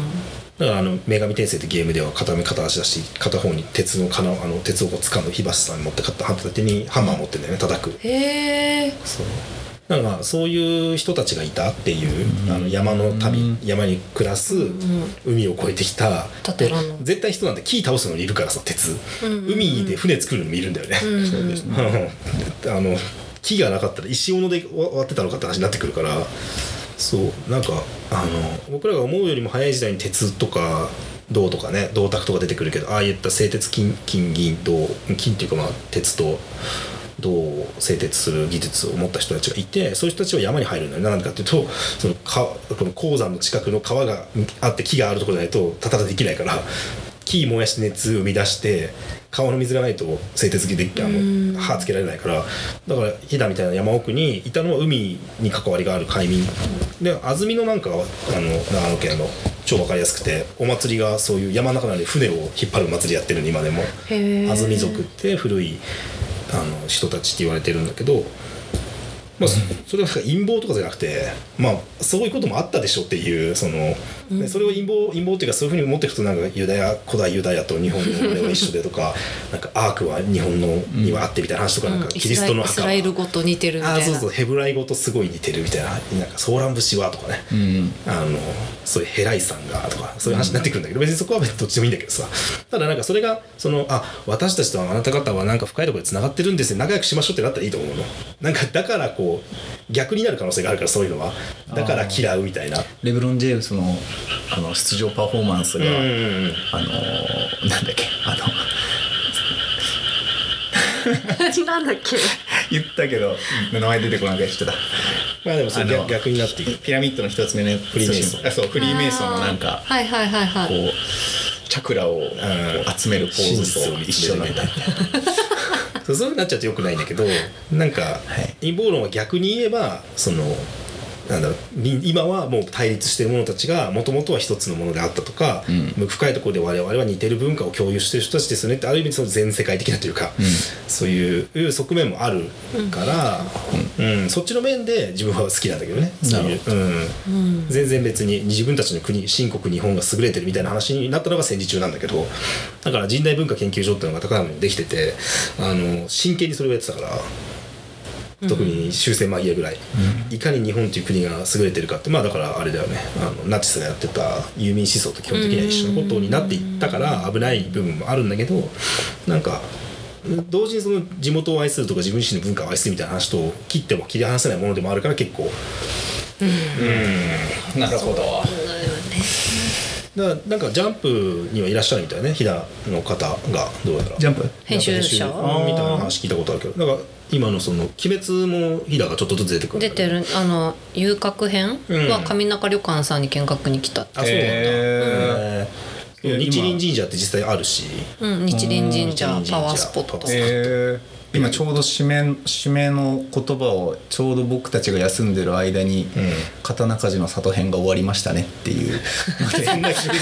Speaker 1: だからあの女神転生ってゲームでは片目片足だし片方に鉄の金をあの鉄をこう掴む火箸さん持って片手にハンマー持ってんだよね叩く
Speaker 3: へえ
Speaker 1: そうなんかそういう人たちがいたっていう、あの山の旅、山に暮らす、海を越えてきた
Speaker 3: 立て
Speaker 1: で
Speaker 3: らんの
Speaker 1: 絶対人なんて木倒すのにいるからさ鉄、
Speaker 3: うんうんうん
Speaker 1: 海で船作るのもいるんだよね、
Speaker 3: うんうん <laughs> そうで
Speaker 1: <laughs> あの木がなかったら石斧で割ってたのかって話になってくるからそうなんかあの僕らが思うよりも早い時代に鉄とか銅とかね銅鐸とか出てくるけどああいった製鉄金金銀銅金っていうかまあ鉄と銅を製鉄する技術を持った人たちがいてそういう人たちは山に入るんだよねなんでかっていうとそのかこの鉱山の近くの川があって木があるところじゃないとたたたできないから木燃やして熱生み出して川の水がないと製鉄技であ
Speaker 3: うん
Speaker 1: の歯つけられないからだから飛騨みたいな山奥にいたのは海に関わりがある海民で安曇野なんかはあの長野県の超分かりやすくてお祭りがそういう山の中なのに船を引っ張る祭りやってるの今でも。
Speaker 3: へえ
Speaker 1: 安住族って古いあの人たちって言われてるんだけど、まあ、そそれは陰謀とかじゃなくて、まあ、そういうこともあったでしょっていうその、ねそれを陰謀陰謀っていうかそういうふうに思っていくとなんかユダヤ古代ユダヤと日本の俺は一緒でとかなんかアークは日本のにはあってみたいな話とか,、なんか
Speaker 3: イ
Speaker 1: キリ
Speaker 3: ス
Speaker 1: ス
Speaker 3: ラエ
Speaker 1: ト
Speaker 3: ル
Speaker 1: の
Speaker 3: イス
Speaker 1: 墓
Speaker 3: ラ
Speaker 1: は
Speaker 3: エル語と似てるみ
Speaker 1: あー
Speaker 3: たい
Speaker 1: そう
Speaker 3: な
Speaker 1: そうヘブライ語とすごい似てるみたいななんかソーラン節はとかね、
Speaker 4: うん
Speaker 1: あのそういうヘライさんがとかそういう話になってくるんだけど、別にそこは別にどっちでもいいんだけどさただなんかそれがそのあ私たちとあなた方はなんか深いところでつながってるんですね仲良くしましょうってなったらいいと思うのなんかだからこう逆になる可能性があるからそういうのはだから嫌うみたいな
Speaker 2: レブロン・ジェームスのあの出場パフォーマンス
Speaker 1: うん
Speaker 2: が、
Speaker 1: うんうん
Speaker 2: あのーなんだっけあの
Speaker 3: なんだっけ
Speaker 2: 言ったけど名前出てこなくてちょっと
Speaker 1: まあでもそれ
Speaker 2: あ
Speaker 1: 逆
Speaker 2: の
Speaker 1: 逆になっていく
Speaker 2: ピラミッドの一つ目のフ
Speaker 1: リーメイソン
Speaker 2: あそうフリーメイソンのなんか
Speaker 3: はいはいはいは
Speaker 2: こ
Speaker 3: いう
Speaker 2: チャクラをこう集めるポー
Speaker 1: 真
Speaker 2: ズ
Speaker 1: 実を
Speaker 2: と
Speaker 1: 見
Speaker 2: 一
Speaker 1: つ
Speaker 2: 緒
Speaker 1: め
Speaker 2: な
Speaker 1: る
Speaker 2: ん
Speaker 1: み
Speaker 2: だ
Speaker 1: たいなそうそういうふうになっちゃうとよくないんだけどなんか、陰謀論は逆に言えばそのなんだろうみ今はもう対立してる者たちがもともとは一つのものであったとか、深いところで我々は似てる文化を共有してる人たちですよねってある意味その全世界的なというか、そういう側面もあるから、うんそっちの面で自分は好きなんだけどねそういう、うん全然別に自分たちの国新国日本が優れてるみたいな話になったのが戦時中なんだけどだから人代文化研究所っていうのが高山にできててあの真剣にそれをやってたから。特に終戦間際ぐらい、いかに日本という国が優れてるかってまあだからあれだよねあのナチスがやってた遊民思想と基本的には一緒のことになっていったから危ない部分もあるんだけどなんか同時にその地元を愛するとか自分自身の文化を愛するみたいな話と切っても切り離せないものでもあるから結構
Speaker 2: なるほど
Speaker 1: だからなんかジャンプにはいらっしゃるみたいね飛騨の方がどうやら
Speaker 2: ジャンプ
Speaker 3: 編集者
Speaker 1: なんか編集みたいな話聞いたことあるけどなんか今のその「鬼滅」も飛騨がちょっとずつ出てくるんだ
Speaker 3: 出
Speaker 1: けど
Speaker 3: てるあの遊郭編は上中旅館さんに見学に来たって
Speaker 1: あそうなんだ、
Speaker 2: へー
Speaker 1: うん
Speaker 2: いや
Speaker 1: 日輪神社って実際あるし
Speaker 3: うん、日輪神
Speaker 1: 日
Speaker 3: 社
Speaker 1: 輪神社
Speaker 3: パワースポット
Speaker 1: へ
Speaker 2: えー今ちょうど締め締めの言葉をちょうど僕たちが休んでる間に「刀鍛冶の里編」が終わりましたねっていう
Speaker 1: そんな偶 <laughs> 然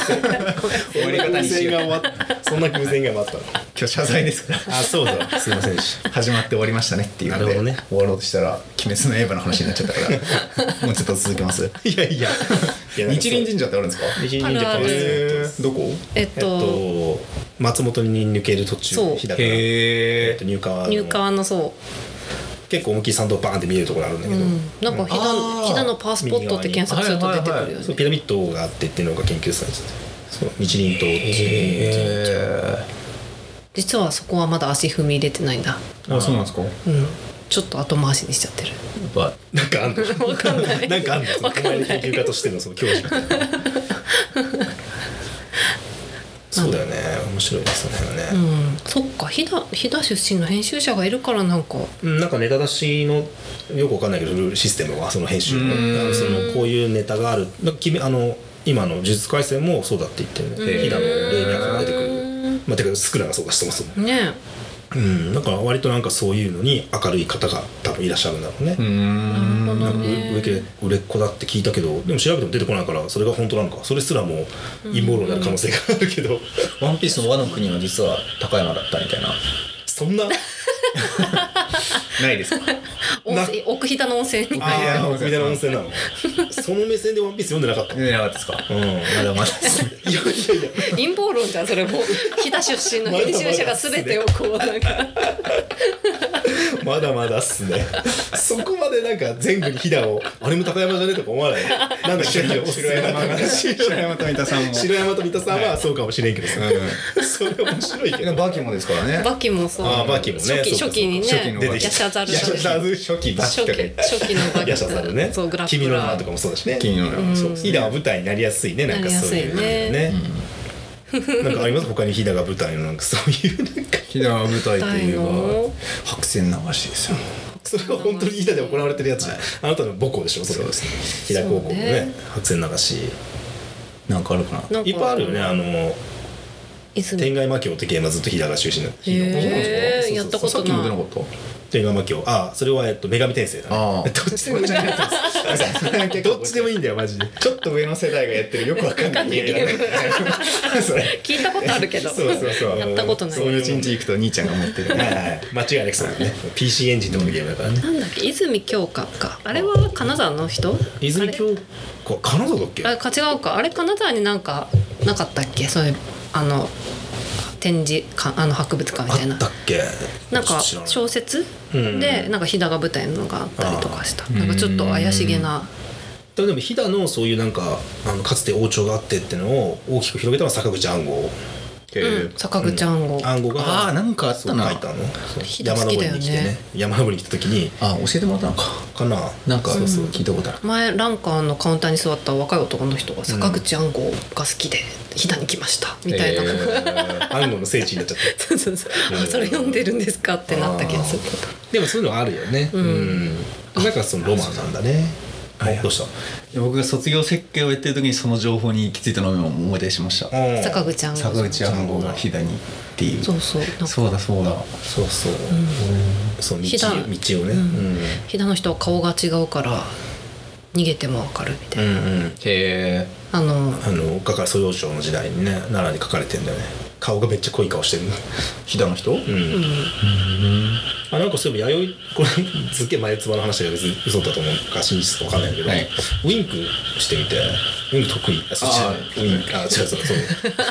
Speaker 2: 終わり方にしよう
Speaker 1: が終わったそんな偶然が終わったの
Speaker 2: <laughs> 今日謝罪ですから
Speaker 1: あそうだすいませんでし
Speaker 2: 始まって終わりましたねっていうの
Speaker 1: な
Speaker 2: で、
Speaker 1: るほどね
Speaker 2: 終わろうとしたら「鬼滅の刃」の話になっちゃったから
Speaker 1: <laughs>
Speaker 2: もうちょっと続けます
Speaker 1: たいやいや
Speaker 2: 日輪神社ってあるんですか
Speaker 1: 日輪神社パワ
Speaker 3: あるある
Speaker 1: ースポット
Speaker 2: どこ
Speaker 3: え
Speaker 1: え
Speaker 3: っ
Speaker 1: っ
Speaker 3: と、
Speaker 1: と松本に抜ける途
Speaker 3: そう
Speaker 1: 中日高
Speaker 2: へ
Speaker 1: 入川の
Speaker 3: 入川のそ
Speaker 1: 結構大きい参道バーンって見えるところあるんだけど、
Speaker 3: なんか飛
Speaker 2: あ
Speaker 3: 騨
Speaker 2: ー
Speaker 3: 飛騨のパワースポットって検索すると出てくるよ
Speaker 1: そう
Speaker 3: ね
Speaker 1: ピラミッドがあってっていうのが研究されててそう日輪島っていう、
Speaker 2: え
Speaker 3: 実はそこはまだ足踏み入れてないんだ
Speaker 2: ー、あそうなんですか
Speaker 3: うんちょっと後回しにしちゃってる
Speaker 2: わ
Speaker 1: なんかあんの
Speaker 3: わかんな
Speaker 1: <laughs>
Speaker 3: い
Speaker 1: なんかあんのその
Speaker 3: わかんない
Speaker 1: お前の研究家としてのその教授みたいなそうだよね面白いですよね、
Speaker 3: うんそっか飛騨飛騨出身の編集者がいるからなんか
Speaker 1: うんなんかネタ出しのよくわかんないけどルールシステムはその編集の
Speaker 2: うん
Speaker 1: そのこういうネタがあるだきあの今の「呪術廻戦」もそうだって言ってる
Speaker 2: へ
Speaker 1: ね飛
Speaker 2: ー
Speaker 1: 騨の霊脈が出てく
Speaker 3: う
Speaker 1: る
Speaker 3: ん
Speaker 1: まあてかスクラがそうだしそもそも
Speaker 3: ね
Speaker 1: うんだから割となんかそういうのに明るい方が多分いらっしゃるんだろうね
Speaker 2: うー、ん
Speaker 3: なるほ
Speaker 1: な
Speaker 3: ど
Speaker 1: んか
Speaker 3: ね
Speaker 1: 売れ売れっ子だって聞いたけどでも調べても出てこないからそれが本当なのかそれすらもう陰謀論になる可能性があるけど、
Speaker 2: ワンピースの和の国は実は高山だったみたいな
Speaker 1: そんな
Speaker 2: ないですか
Speaker 3: 温泉奥飛騨の温泉に
Speaker 1: あいや
Speaker 2: 奥
Speaker 1: みたいな温泉なのその目線で「ワンピース読んでなかった
Speaker 2: 出てなかったですか
Speaker 1: うんい
Speaker 2: まだまだですね
Speaker 1: やいやいや
Speaker 3: 陰謀論じゃんそ
Speaker 1: <laughs>
Speaker 3: れも飛騨出身の編集者が全てをこうなんか
Speaker 1: まだまだっすね。そこまでなんか全部に飛騨を、あれも高山じゃねとか思わない。なんだっけ、おすすめの漫画だし
Speaker 2: 白山富田さんも
Speaker 1: 白山と三田さんはそうかもしれんけどさ。それ面白いけ
Speaker 2: でも
Speaker 1: ど。
Speaker 2: バキもですからね
Speaker 3: バキもさ
Speaker 1: あーバキもね
Speaker 3: 初期
Speaker 1: そうかそうか
Speaker 3: 初期にね
Speaker 2: 初期の
Speaker 1: 出てきた
Speaker 3: ヤシャザル
Speaker 1: ヤシャザル初期ばっ
Speaker 3: 初
Speaker 1: か
Speaker 3: 期
Speaker 1: り。 <laughs>
Speaker 3: 初期のバキ
Speaker 1: ヤシャザルね
Speaker 3: そうグラ。ップ
Speaker 1: 君の
Speaker 3: ラ
Speaker 1: 名
Speaker 3: ー
Speaker 1: とかもそうだしね。
Speaker 2: 金曜の
Speaker 1: そう飛騨は舞台になりやすいね、なんかそういう
Speaker 3: なり
Speaker 1: ね。なんかあります他に飛騨が舞台のなんかそういうなん
Speaker 3: <laughs>
Speaker 1: か
Speaker 2: 飛騨舞台といえば
Speaker 3: 舞台の
Speaker 2: 白線流しですよ
Speaker 1: それは本当に飛騨で行われてるやつあなたの母校でしょそれは飛騨高校の
Speaker 3: そう
Speaker 1: ね
Speaker 3: ね
Speaker 1: 白線流し
Speaker 2: なんかあるかな
Speaker 3: なんか
Speaker 1: いっぱいあるよねあの
Speaker 3: 泉
Speaker 1: 天外魔境ってゲームはずっと平賀出身だった
Speaker 3: へーやったこと
Speaker 2: さっきも出なかった
Speaker 1: 天外魔境あそれはえっと女神転生だ
Speaker 2: あ
Speaker 1: ね
Speaker 2: あ
Speaker 1: どっちでもいいんだよ <laughs> どっちでもいいんだよマジ
Speaker 3: <laughs>
Speaker 1: で
Speaker 2: ちょっと上の世代がやってるよくわかんないゲームだねそれ
Speaker 3: 聞いたことあるけ
Speaker 1: <laughs>
Speaker 3: ど
Speaker 1: そうそうそう
Speaker 3: やったことない
Speaker 2: そういう一日行くと兄ちゃんが持ってる
Speaker 1: はい
Speaker 2: ね
Speaker 1: はい間違いなくそうだ
Speaker 3: <laughs>
Speaker 1: ね PC エンジンとかのゲームだからね
Speaker 3: なんだっけ泉鏡花かあれは金沢の人
Speaker 1: 泉京子金沢だっけ
Speaker 3: あれか違うかあれ金沢になんかなかったっけそういうあの展示かあの博物館みたい
Speaker 1: あ
Speaker 3: な
Speaker 1: ったっけ
Speaker 3: なんか
Speaker 1: 知らない
Speaker 3: 小説
Speaker 1: うん
Speaker 3: でなんか飛騨が舞台のがあったりとかしたなんかちょっと怪しげな
Speaker 1: でもでも飛騨のそういうなんかあのかつて王朝があってってのを大きく広げたのは坂口安吾
Speaker 3: うん坂口安吾
Speaker 1: 暗号が
Speaker 2: あーなんかあったな
Speaker 1: そう書いたのそう
Speaker 3: ひどい
Speaker 1: 山
Speaker 3: 好き
Speaker 1: 登
Speaker 3: だ
Speaker 1: り
Speaker 3: よ
Speaker 1: に来
Speaker 3: ね
Speaker 1: てね山登りに来た時に
Speaker 2: あ教えてもらったのか
Speaker 1: かな
Speaker 2: なんか
Speaker 1: そうそう
Speaker 2: 聞いたことある
Speaker 3: 前ランカーのカウンターに座った若い男の人が坂口安吾が好きで飛騨に来ましたみたいな、 <laughs>
Speaker 2: えー
Speaker 1: 暗号の聖地になっちゃった
Speaker 3: そうそうそうあそれ読んでるんですかってなった気がする
Speaker 1: でもそういうのあるよね。うん。なんかそのロマンなんだね。はい。どうした。
Speaker 2: 僕が卒業設計をやってる時にその情報に行き着いたのを思い出しました
Speaker 1: うん
Speaker 3: 坂。口安吾
Speaker 2: 坂口安吾が飛騨にっていう
Speaker 3: そうそうなんか
Speaker 2: そうだそうだ
Speaker 1: そうそう。そう道
Speaker 3: ひだ
Speaker 1: 道をね。
Speaker 3: 飛騨の人は顔が違うから逃げてもわかるみた
Speaker 1: う
Speaker 3: い
Speaker 1: ん
Speaker 3: な、
Speaker 1: うん。
Speaker 2: へえ
Speaker 3: あの <laughs>
Speaker 1: あのかか素養庁の時代にね奈良に書かれてんだよね。顔がめっちゃ濃い顔してるの。
Speaker 2: 飛騨の人
Speaker 1: うん。あなんかそういえば弥生これすっげえ前つばの話だけど別に嘘だと思うか真実かわかんないけど、
Speaker 2: はい
Speaker 1: ウインクしてみてウインク得意あそっちじゃない
Speaker 2: あ
Speaker 1: ウインクあ違うそうそう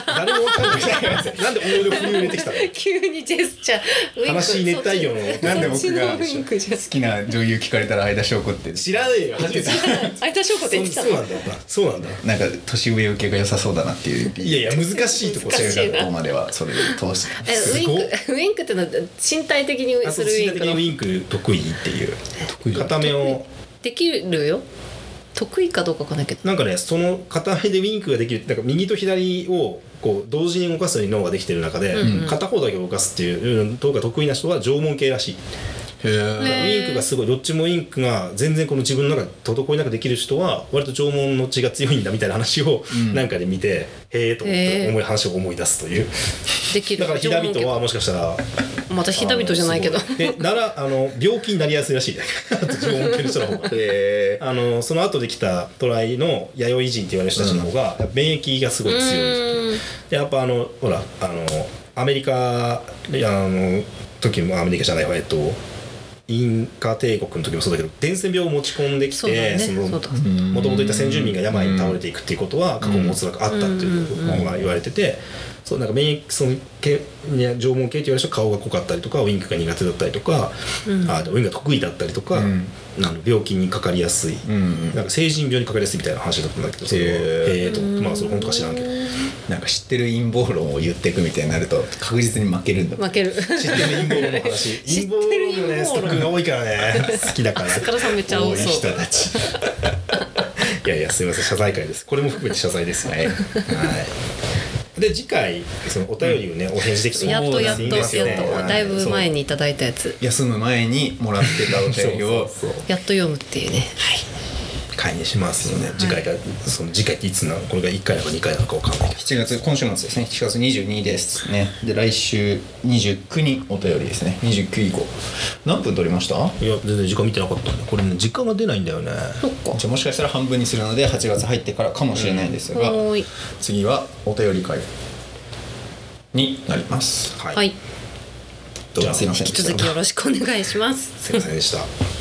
Speaker 1: 誰もわかんないなんで思い出を振り入れてきたの
Speaker 3: 急にジェスチャー
Speaker 1: 悲しい熱帯魚の
Speaker 2: なんで僕が
Speaker 3: そっちのウインクじゃん
Speaker 2: 好きな女優聞かれたら相田翔子って
Speaker 1: 知らねえよ初めて
Speaker 3: 相田翔子って言ってた
Speaker 1: そう
Speaker 3: の
Speaker 1: なんだよなそうなんだ
Speaker 2: なんか年上受けが良さそうだなっていう
Speaker 1: いやいや難しいとこ
Speaker 3: 難しい
Speaker 1: 違う
Speaker 3: な
Speaker 1: か
Speaker 2: ここまではそれで通して
Speaker 3: えウイン
Speaker 1: す
Speaker 3: クウインクってのは身体的に
Speaker 1: ら
Speaker 3: す
Speaker 1: そう
Speaker 3: るウイ
Speaker 1: 心理
Speaker 3: ンク
Speaker 1: 的
Speaker 3: の
Speaker 1: にウインク得意っていう
Speaker 2: 得意じゃん
Speaker 1: 片目を
Speaker 3: できるよ得意かどうかわかんないけど
Speaker 1: なんかねその片目でウインクができるなんか右と左をこう同時に動かすように脳ができてる中で、
Speaker 3: うん
Speaker 1: 片方だけ動かすっていう動が得意な人は縄文系らしい、
Speaker 2: へ
Speaker 3: ね
Speaker 2: え
Speaker 3: へ
Speaker 1: ウイ
Speaker 3: ー
Speaker 1: ンクがすごいどっちもウインクが全然この自分の中で滞りなくできる人は割と縄文の血が強いんだみたいな話を
Speaker 2: ん
Speaker 1: なんかで見て、へえと思っ
Speaker 3: へ
Speaker 1: て
Speaker 3: ー
Speaker 1: 思い話を思い出すという
Speaker 3: できる
Speaker 1: だからひだみとはもしかしたら
Speaker 3: またひだみとじゃないけど
Speaker 1: あのすごいでならあの病気になりやすいらしいね <laughs> あと自分を持ってる人の方が
Speaker 2: へ
Speaker 1: あのその後で来たトライの弥生人って言われる人たちの方が、免疫がすごい強いんですよでやっぱあのほらあのアメリカいやあの時もアメリカじゃないわえっとインカ帝国の時もそうだけど伝染病を持ち込んでき
Speaker 3: そうだ
Speaker 1: て
Speaker 3: ね
Speaker 1: その
Speaker 3: そうだ
Speaker 1: もともといた先住民が病に倒れていくっていうことは過去もおそらくあったっていうのが言われててそうなんか免疫そのけね縄文系って言われる人は顔が濃かったりとかウインクが苦手だったりとか、
Speaker 3: うん
Speaker 1: あウインクが得意だったりとか、
Speaker 2: うん
Speaker 1: あの病気にかかりやすい、
Speaker 2: うん
Speaker 1: なんか成人病にかかりやすいみたいな話だったんだけどそれは
Speaker 2: へ
Speaker 1: へ
Speaker 2: ー
Speaker 1: えと思ってまあそれ本当か知らんけど。
Speaker 2: なんか知ってる陰謀論を言っていくみたいになると確実に負けるんだ
Speaker 3: 負ける
Speaker 1: 知ってる陰謀論の話
Speaker 3: 知って
Speaker 1: 陰
Speaker 3: る
Speaker 1: 謀論の
Speaker 3: 陰謀論
Speaker 1: ねストックが多いからね好きだから
Speaker 3: 塚田さんめっちゃ多
Speaker 1: 多
Speaker 3: そう
Speaker 1: い人たちいやいやすみません謝罪会ですこれも含めて謝罪ですねはいで次回そのお便りをね、お返事できそう
Speaker 3: やっとや
Speaker 1: な
Speaker 3: っと
Speaker 1: んで
Speaker 3: やっと
Speaker 1: すよねはい
Speaker 3: だいぶ前にいただいたやつ
Speaker 2: 休む前にもらってたお便り <laughs> を
Speaker 3: やっと読むっていうね
Speaker 1: 会にしますので、次回がその次回っていつなのこれが1回なのか2回なのかわかんないけど
Speaker 2: 7月今週末ですね7月22ですねで来週29にお便りですね29以降何分取りました
Speaker 1: いや全然時間見てなかったんでこれね時間が出ないんだよね
Speaker 3: そっか
Speaker 2: じゃあもしかしたら半分にするので8月入ってからかもしれないですが、
Speaker 3: はーい
Speaker 2: 次はお便り会になります
Speaker 1: は
Speaker 3: はい
Speaker 1: どう
Speaker 2: じ
Speaker 1: も
Speaker 2: ゃあ
Speaker 1: す
Speaker 2: す
Speaker 1: い
Speaker 2: い
Speaker 1: ま
Speaker 2: ま
Speaker 1: せ
Speaker 2: せ
Speaker 1: ん
Speaker 2: ん
Speaker 1: でし
Speaker 2: でした
Speaker 3: 続きよろしくお願いします
Speaker 1: すいませんでした